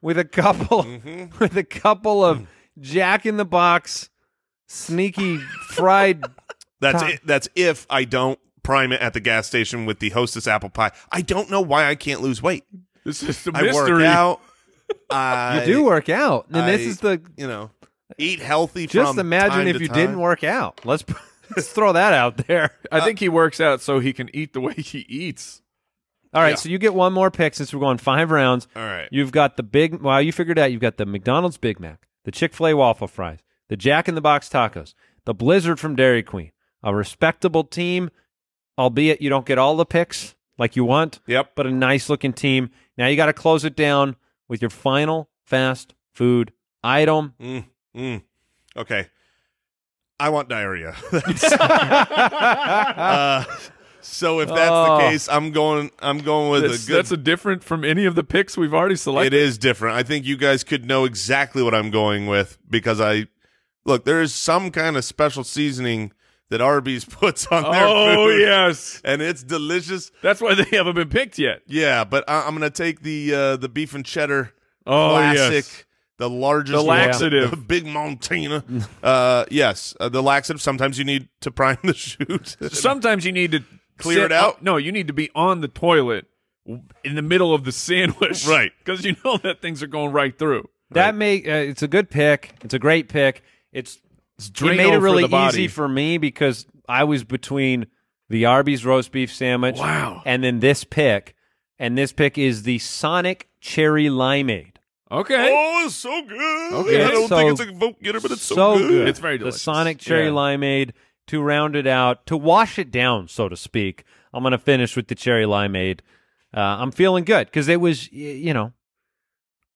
[SPEAKER 4] with a couple
[SPEAKER 3] Mm-hmm.
[SPEAKER 5] Mm-hmm.
[SPEAKER 4] with a couple
[SPEAKER 3] Mm.
[SPEAKER 4] of Jack in the Box sneaky fried.
[SPEAKER 5] That's
[SPEAKER 4] Tom-
[SPEAKER 5] it. That's if I don't prime it at the gas station with the Hostess apple pie. I don't know why I can't lose weight.
[SPEAKER 3] This is the
[SPEAKER 5] I work
[SPEAKER 3] mystery.
[SPEAKER 5] out. I
[SPEAKER 4] you do work out, and
[SPEAKER 5] I-
[SPEAKER 4] this is the
[SPEAKER 5] You know, eat healthy.
[SPEAKER 4] just
[SPEAKER 5] from
[SPEAKER 4] imagine
[SPEAKER 5] time
[SPEAKER 4] if
[SPEAKER 5] to
[SPEAKER 4] you didn't
[SPEAKER 5] time. Uh,
[SPEAKER 4] work out. Let's let's throw that out there.
[SPEAKER 3] I think he works out so he can eat the way he eats.
[SPEAKER 4] All right,
[SPEAKER 5] Yeah.
[SPEAKER 4] so you get one more pick since we're going five rounds.
[SPEAKER 5] All right.
[SPEAKER 4] You've got the big. Well, you figured out you've got the McDonald's Big Mac, the Chick Fil A waffle fries, the Jack in the Box tacos, the Blizzard from Dairy Queen. A respectable team, albeit you don't get all the picks like you want,
[SPEAKER 5] Yep.
[SPEAKER 4] but a nice looking team. Now you got to close it down with your final fast food item.
[SPEAKER 5] Mm, mm. Okay. I want diarrhea. Uh, so if that's
[SPEAKER 4] Oh.
[SPEAKER 5] the case, I'm going. I'm going with
[SPEAKER 3] That's,
[SPEAKER 5] a good.
[SPEAKER 3] that's a different from any of the picks we've already
[SPEAKER 5] it
[SPEAKER 3] selected.
[SPEAKER 5] is different. I think you guys could know exactly what I'm going with because I look. There is some kind of special seasoning that Arby's puts on their
[SPEAKER 3] Oh
[SPEAKER 5] food.
[SPEAKER 3] yes,
[SPEAKER 5] and it's delicious.
[SPEAKER 3] that's why they haven't been picked yet.
[SPEAKER 5] Yeah, but I, I'm gonna take the uh, the beef and cheddar
[SPEAKER 3] Oh
[SPEAKER 5] classic.
[SPEAKER 3] yes.
[SPEAKER 5] The largest
[SPEAKER 3] The laxative.
[SPEAKER 5] the big Montana. Uh, yes, uh, the laxative. Sometimes you need to prime the shoot.
[SPEAKER 3] Sometimes you need to
[SPEAKER 5] Clear
[SPEAKER 3] sit
[SPEAKER 5] it out?
[SPEAKER 3] on- no, you need to be on the toilet w- in the middle of the sandwich,
[SPEAKER 5] Right.
[SPEAKER 3] Because you know that things are going right through.
[SPEAKER 4] That make uh, it's a good pick. It's a great pick. It's
[SPEAKER 3] It's
[SPEAKER 4] it
[SPEAKER 3] Drano
[SPEAKER 4] made it
[SPEAKER 3] for
[SPEAKER 4] really
[SPEAKER 3] the body.
[SPEAKER 4] easy for me because I was between the Arby's roast beef sandwich
[SPEAKER 3] Wow.
[SPEAKER 4] and then this pick. And this pick is the Sonic Cherry Limeade.
[SPEAKER 3] okay.
[SPEAKER 5] Oh, it's so good.
[SPEAKER 3] Okay.
[SPEAKER 5] I don't
[SPEAKER 4] So-
[SPEAKER 5] think it's a vote getter, but it's so, good.
[SPEAKER 3] It's very
[SPEAKER 4] The
[SPEAKER 3] delicious.
[SPEAKER 4] Sonic Cherry
[SPEAKER 3] Yeah.
[SPEAKER 4] Limeade to round it out, to wash it down, so to speak. I'm going to finish with the Cherry Limeade. Uh, I'm feeling good because it was, y- you know,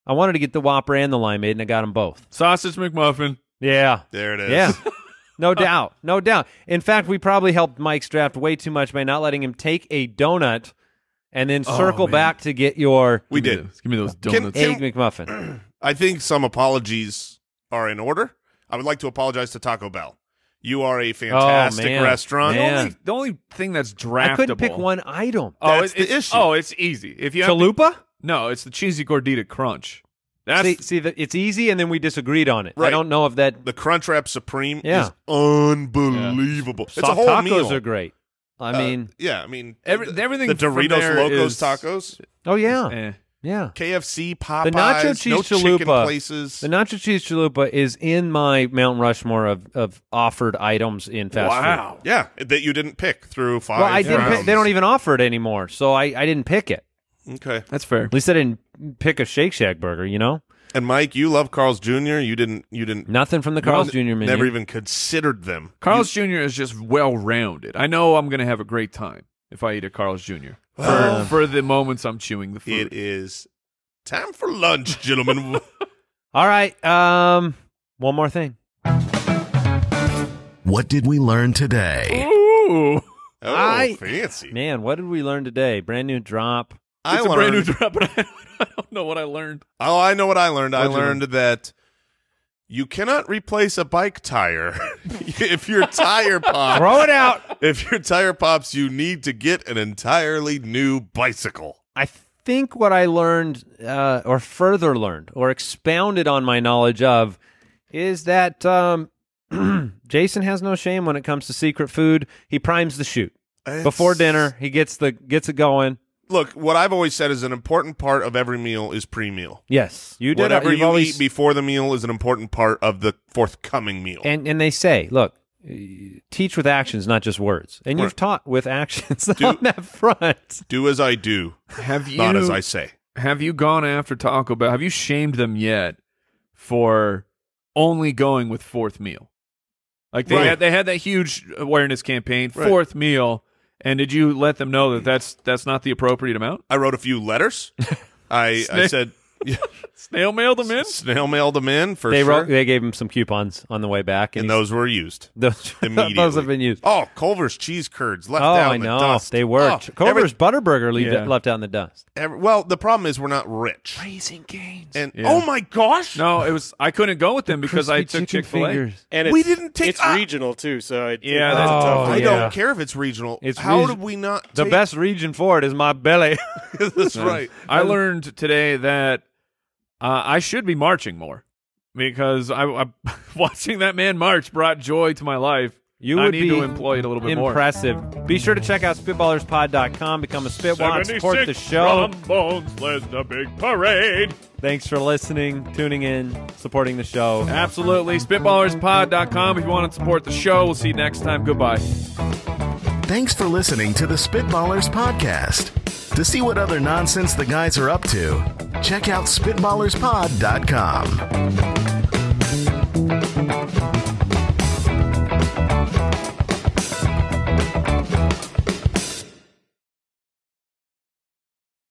[SPEAKER 4] I wanted to get the Whopper and the Limeade, and I got them both.
[SPEAKER 3] Sausage McMuffin.
[SPEAKER 4] Yeah.
[SPEAKER 5] There it is.
[SPEAKER 4] Yeah. No doubt. No doubt. In fact, we probably helped Mike's draft way too much by not letting him take a donut and then
[SPEAKER 5] Oh,
[SPEAKER 4] circle
[SPEAKER 3] man.
[SPEAKER 4] back to get your
[SPEAKER 5] we did.
[SPEAKER 3] Give me those
[SPEAKER 5] Can-
[SPEAKER 3] donuts.
[SPEAKER 4] egg McMuffin.
[SPEAKER 5] I think some apologies are in order. I would like to apologize to Taco Bell. You are a fantastic
[SPEAKER 4] man.
[SPEAKER 5] restaurant.
[SPEAKER 4] Man.
[SPEAKER 3] the, only, the only thing that's draftable.
[SPEAKER 4] I couldn't pick one item.
[SPEAKER 3] Oh,
[SPEAKER 5] That's
[SPEAKER 3] it-
[SPEAKER 5] the
[SPEAKER 3] it's,
[SPEAKER 5] issue.
[SPEAKER 3] Oh, it's easy. If you have to-
[SPEAKER 4] Chalupa?
[SPEAKER 3] no, it's the cheesy gordita crunch. That's
[SPEAKER 4] see, see that it's easy, and then we disagreed on it. I
[SPEAKER 5] Right.
[SPEAKER 4] don't know if that.
[SPEAKER 5] The Crunchwrap Supreme
[SPEAKER 4] Yeah.
[SPEAKER 5] is unbelievable. It's a
[SPEAKER 4] soft
[SPEAKER 5] whole
[SPEAKER 4] tacos
[SPEAKER 5] meal.
[SPEAKER 4] are great. I
[SPEAKER 5] Uh,
[SPEAKER 4] mean,
[SPEAKER 5] yeah, I mean,
[SPEAKER 3] Every-
[SPEAKER 5] the,
[SPEAKER 3] everything
[SPEAKER 5] The
[SPEAKER 3] from
[SPEAKER 5] Doritos
[SPEAKER 3] there
[SPEAKER 5] Locos
[SPEAKER 3] is-
[SPEAKER 5] Tacos,
[SPEAKER 4] oh yeah,
[SPEAKER 3] eh.
[SPEAKER 4] yeah.
[SPEAKER 5] KFC, Popeyes,
[SPEAKER 4] nacho cheese
[SPEAKER 5] no chicken
[SPEAKER 4] chalupa.
[SPEAKER 5] places.
[SPEAKER 4] The nacho cheese chalupa is in my Mount Rushmore of, of offered items in fast food.
[SPEAKER 3] wow.
[SPEAKER 5] yeah, that you didn't pick through five.
[SPEAKER 4] Well, I didn't. Pick,
[SPEAKER 5] rounds.
[SPEAKER 4] they don't e- even offer it anymore, so I, I didn't pick it.
[SPEAKER 5] Okay.
[SPEAKER 3] That's fair.
[SPEAKER 4] At least I didn't pick a Shake Shack burger. You know,
[SPEAKER 5] And Mike, you love Carl's Jr. You didn't. You didn't.
[SPEAKER 4] nothing from the Mm, Carl's Jr. menu.
[SPEAKER 5] Never even considered them.
[SPEAKER 3] Carl's Jr. is just well rounded. I know I'm going to have a great time if I eat a Carl's Jr. For,
[SPEAKER 4] uh,
[SPEAKER 5] Well-
[SPEAKER 3] for the moments I'm chewing the food.
[SPEAKER 5] Oh, It is time for lunch, gentlemen.
[SPEAKER 4] All right. Um, one more thing.
[SPEAKER 2] What did we learn today?
[SPEAKER 3] Ooh.
[SPEAKER 5] Oh,
[SPEAKER 4] I-
[SPEAKER 5] fancy.
[SPEAKER 4] Man, what did we learn today? Brand new drop.
[SPEAKER 5] I
[SPEAKER 3] it's a
[SPEAKER 5] learned,
[SPEAKER 3] brand new drop, but I, I don't know what I learned.
[SPEAKER 5] Oh, I know what I learned. I
[SPEAKER 3] What'd you learn?
[SPEAKER 5] learned that you cannot replace a bike tire if your tire pops.
[SPEAKER 4] Throw it out.
[SPEAKER 5] If your tire pops, you need to get an entirely new bicycle.
[SPEAKER 4] I think what I learned, uh, or further learned, or expounded on my knowledge of, is that um, Jason has no shame when it comes to secret food. He primes the shoot before
[SPEAKER 5] It's-
[SPEAKER 4] dinner. He gets the gets it going.
[SPEAKER 5] Look, what I've always said is an important part of every meal is pre-meal.
[SPEAKER 4] Yes, you did.
[SPEAKER 5] Whatever
[SPEAKER 4] you've
[SPEAKER 5] you
[SPEAKER 4] always-
[SPEAKER 5] eat before the meal is an important part of the forthcoming meal.
[SPEAKER 4] and and they say, look, teach with actions, not just words. And you've
[SPEAKER 5] Right.
[SPEAKER 4] taught with actions on that front.
[SPEAKER 5] do as I do,
[SPEAKER 3] Have you
[SPEAKER 5] not as I say.
[SPEAKER 3] have you gone after Taco Bell? Have you shamed them yet for only going with fourth meal? Like they
[SPEAKER 5] Right.
[SPEAKER 3] had, they had that huge awareness campaign,
[SPEAKER 5] Right.
[SPEAKER 3] fourth meal, and did you let them know that that's that's not the appropriate amount?
[SPEAKER 5] I wrote a few letters. I, I
[SPEAKER 3] Snake-
[SPEAKER 5] said yeah,
[SPEAKER 3] Snail mailed them in.
[SPEAKER 5] snail mailed them in for
[SPEAKER 4] They
[SPEAKER 5] sure,
[SPEAKER 4] wrote, they gave him some coupons on the way back, and,
[SPEAKER 5] and
[SPEAKER 4] he's-
[SPEAKER 5] those were used.
[SPEAKER 4] those
[SPEAKER 5] immediately.
[SPEAKER 4] those have been used.
[SPEAKER 5] Oh, Culver's cheese curds left
[SPEAKER 4] oh,
[SPEAKER 5] out
[SPEAKER 4] I
[SPEAKER 5] in the
[SPEAKER 4] know
[SPEAKER 5] dust.
[SPEAKER 4] they were.
[SPEAKER 5] Oh,
[SPEAKER 4] Ch-
[SPEAKER 5] every-
[SPEAKER 4] Culver's Butterburger leave
[SPEAKER 3] Yeah.
[SPEAKER 4] left out in the dust.
[SPEAKER 5] every- well, the problem is we're not rich.
[SPEAKER 4] Raising gains.
[SPEAKER 5] And
[SPEAKER 3] Yeah.
[SPEAKER 5] oh my gosh,
[SPEAKER 3] No, it was I couldn't go with them because I took Chick Fil A.
[SPEAKER 6] And it's,
[SPEAKER 5] We didn't take-
[SPEAKER 6] It's
[SPEAKER 5] ah!
[SPEAKER 6] regional too, so it,
[SPEAKER 3] Yeah,
[SPEAKER 6] it-
[SPEAKER 3] that's
[SPEAKER 6] it's a
[SPEAKER 7] Oh,
[SPEAKER 6] tough.
[SPEAKER 5] I
[SPEAKER 6] one.
[SPEAKER 7] yeah.
[SPEAKER 5] don't care if it's regional.
[SPEAKER 4] It's
[SPEAKER 5] How
[SPEAKER 4] reg-
[SPEAKER 5] did we not?
[SPEAKER 4] The
[SPEAKER 5] take-
[SPEAKER 4] best region for it is my belly.
[SPEAKER 5] That's right.
[SPEAKER 3] I learned today that uh, I should be marching more because I, I watching that man march brought joy to my life.
[SPEAKER 4] You
[SPEAKER 3] I
[SPEAKER 4] would
[SPEAKER 3] need
[SPEAKER 4] be
[SPEAKER 3] to employ it a little bit more.
[SPEAKER 4] Impressive. Be sure to check out spitballerspod.com. Become a spitwad. Support the show.
[SPEAKER 3] Trombones led the big parade.
[SPEAKER 4] Thanks for listening, tuning in, supporting the show.
[SPEAKER 3] Absolutely. Spitballerspod.com if you want to support the show. We'll see you next time. Goodbye.
[SPEAKER 2] Thanks for listening to the Spitballers Podcast. To see what other nonsense the guys are up to, check out SpitballersPod.com.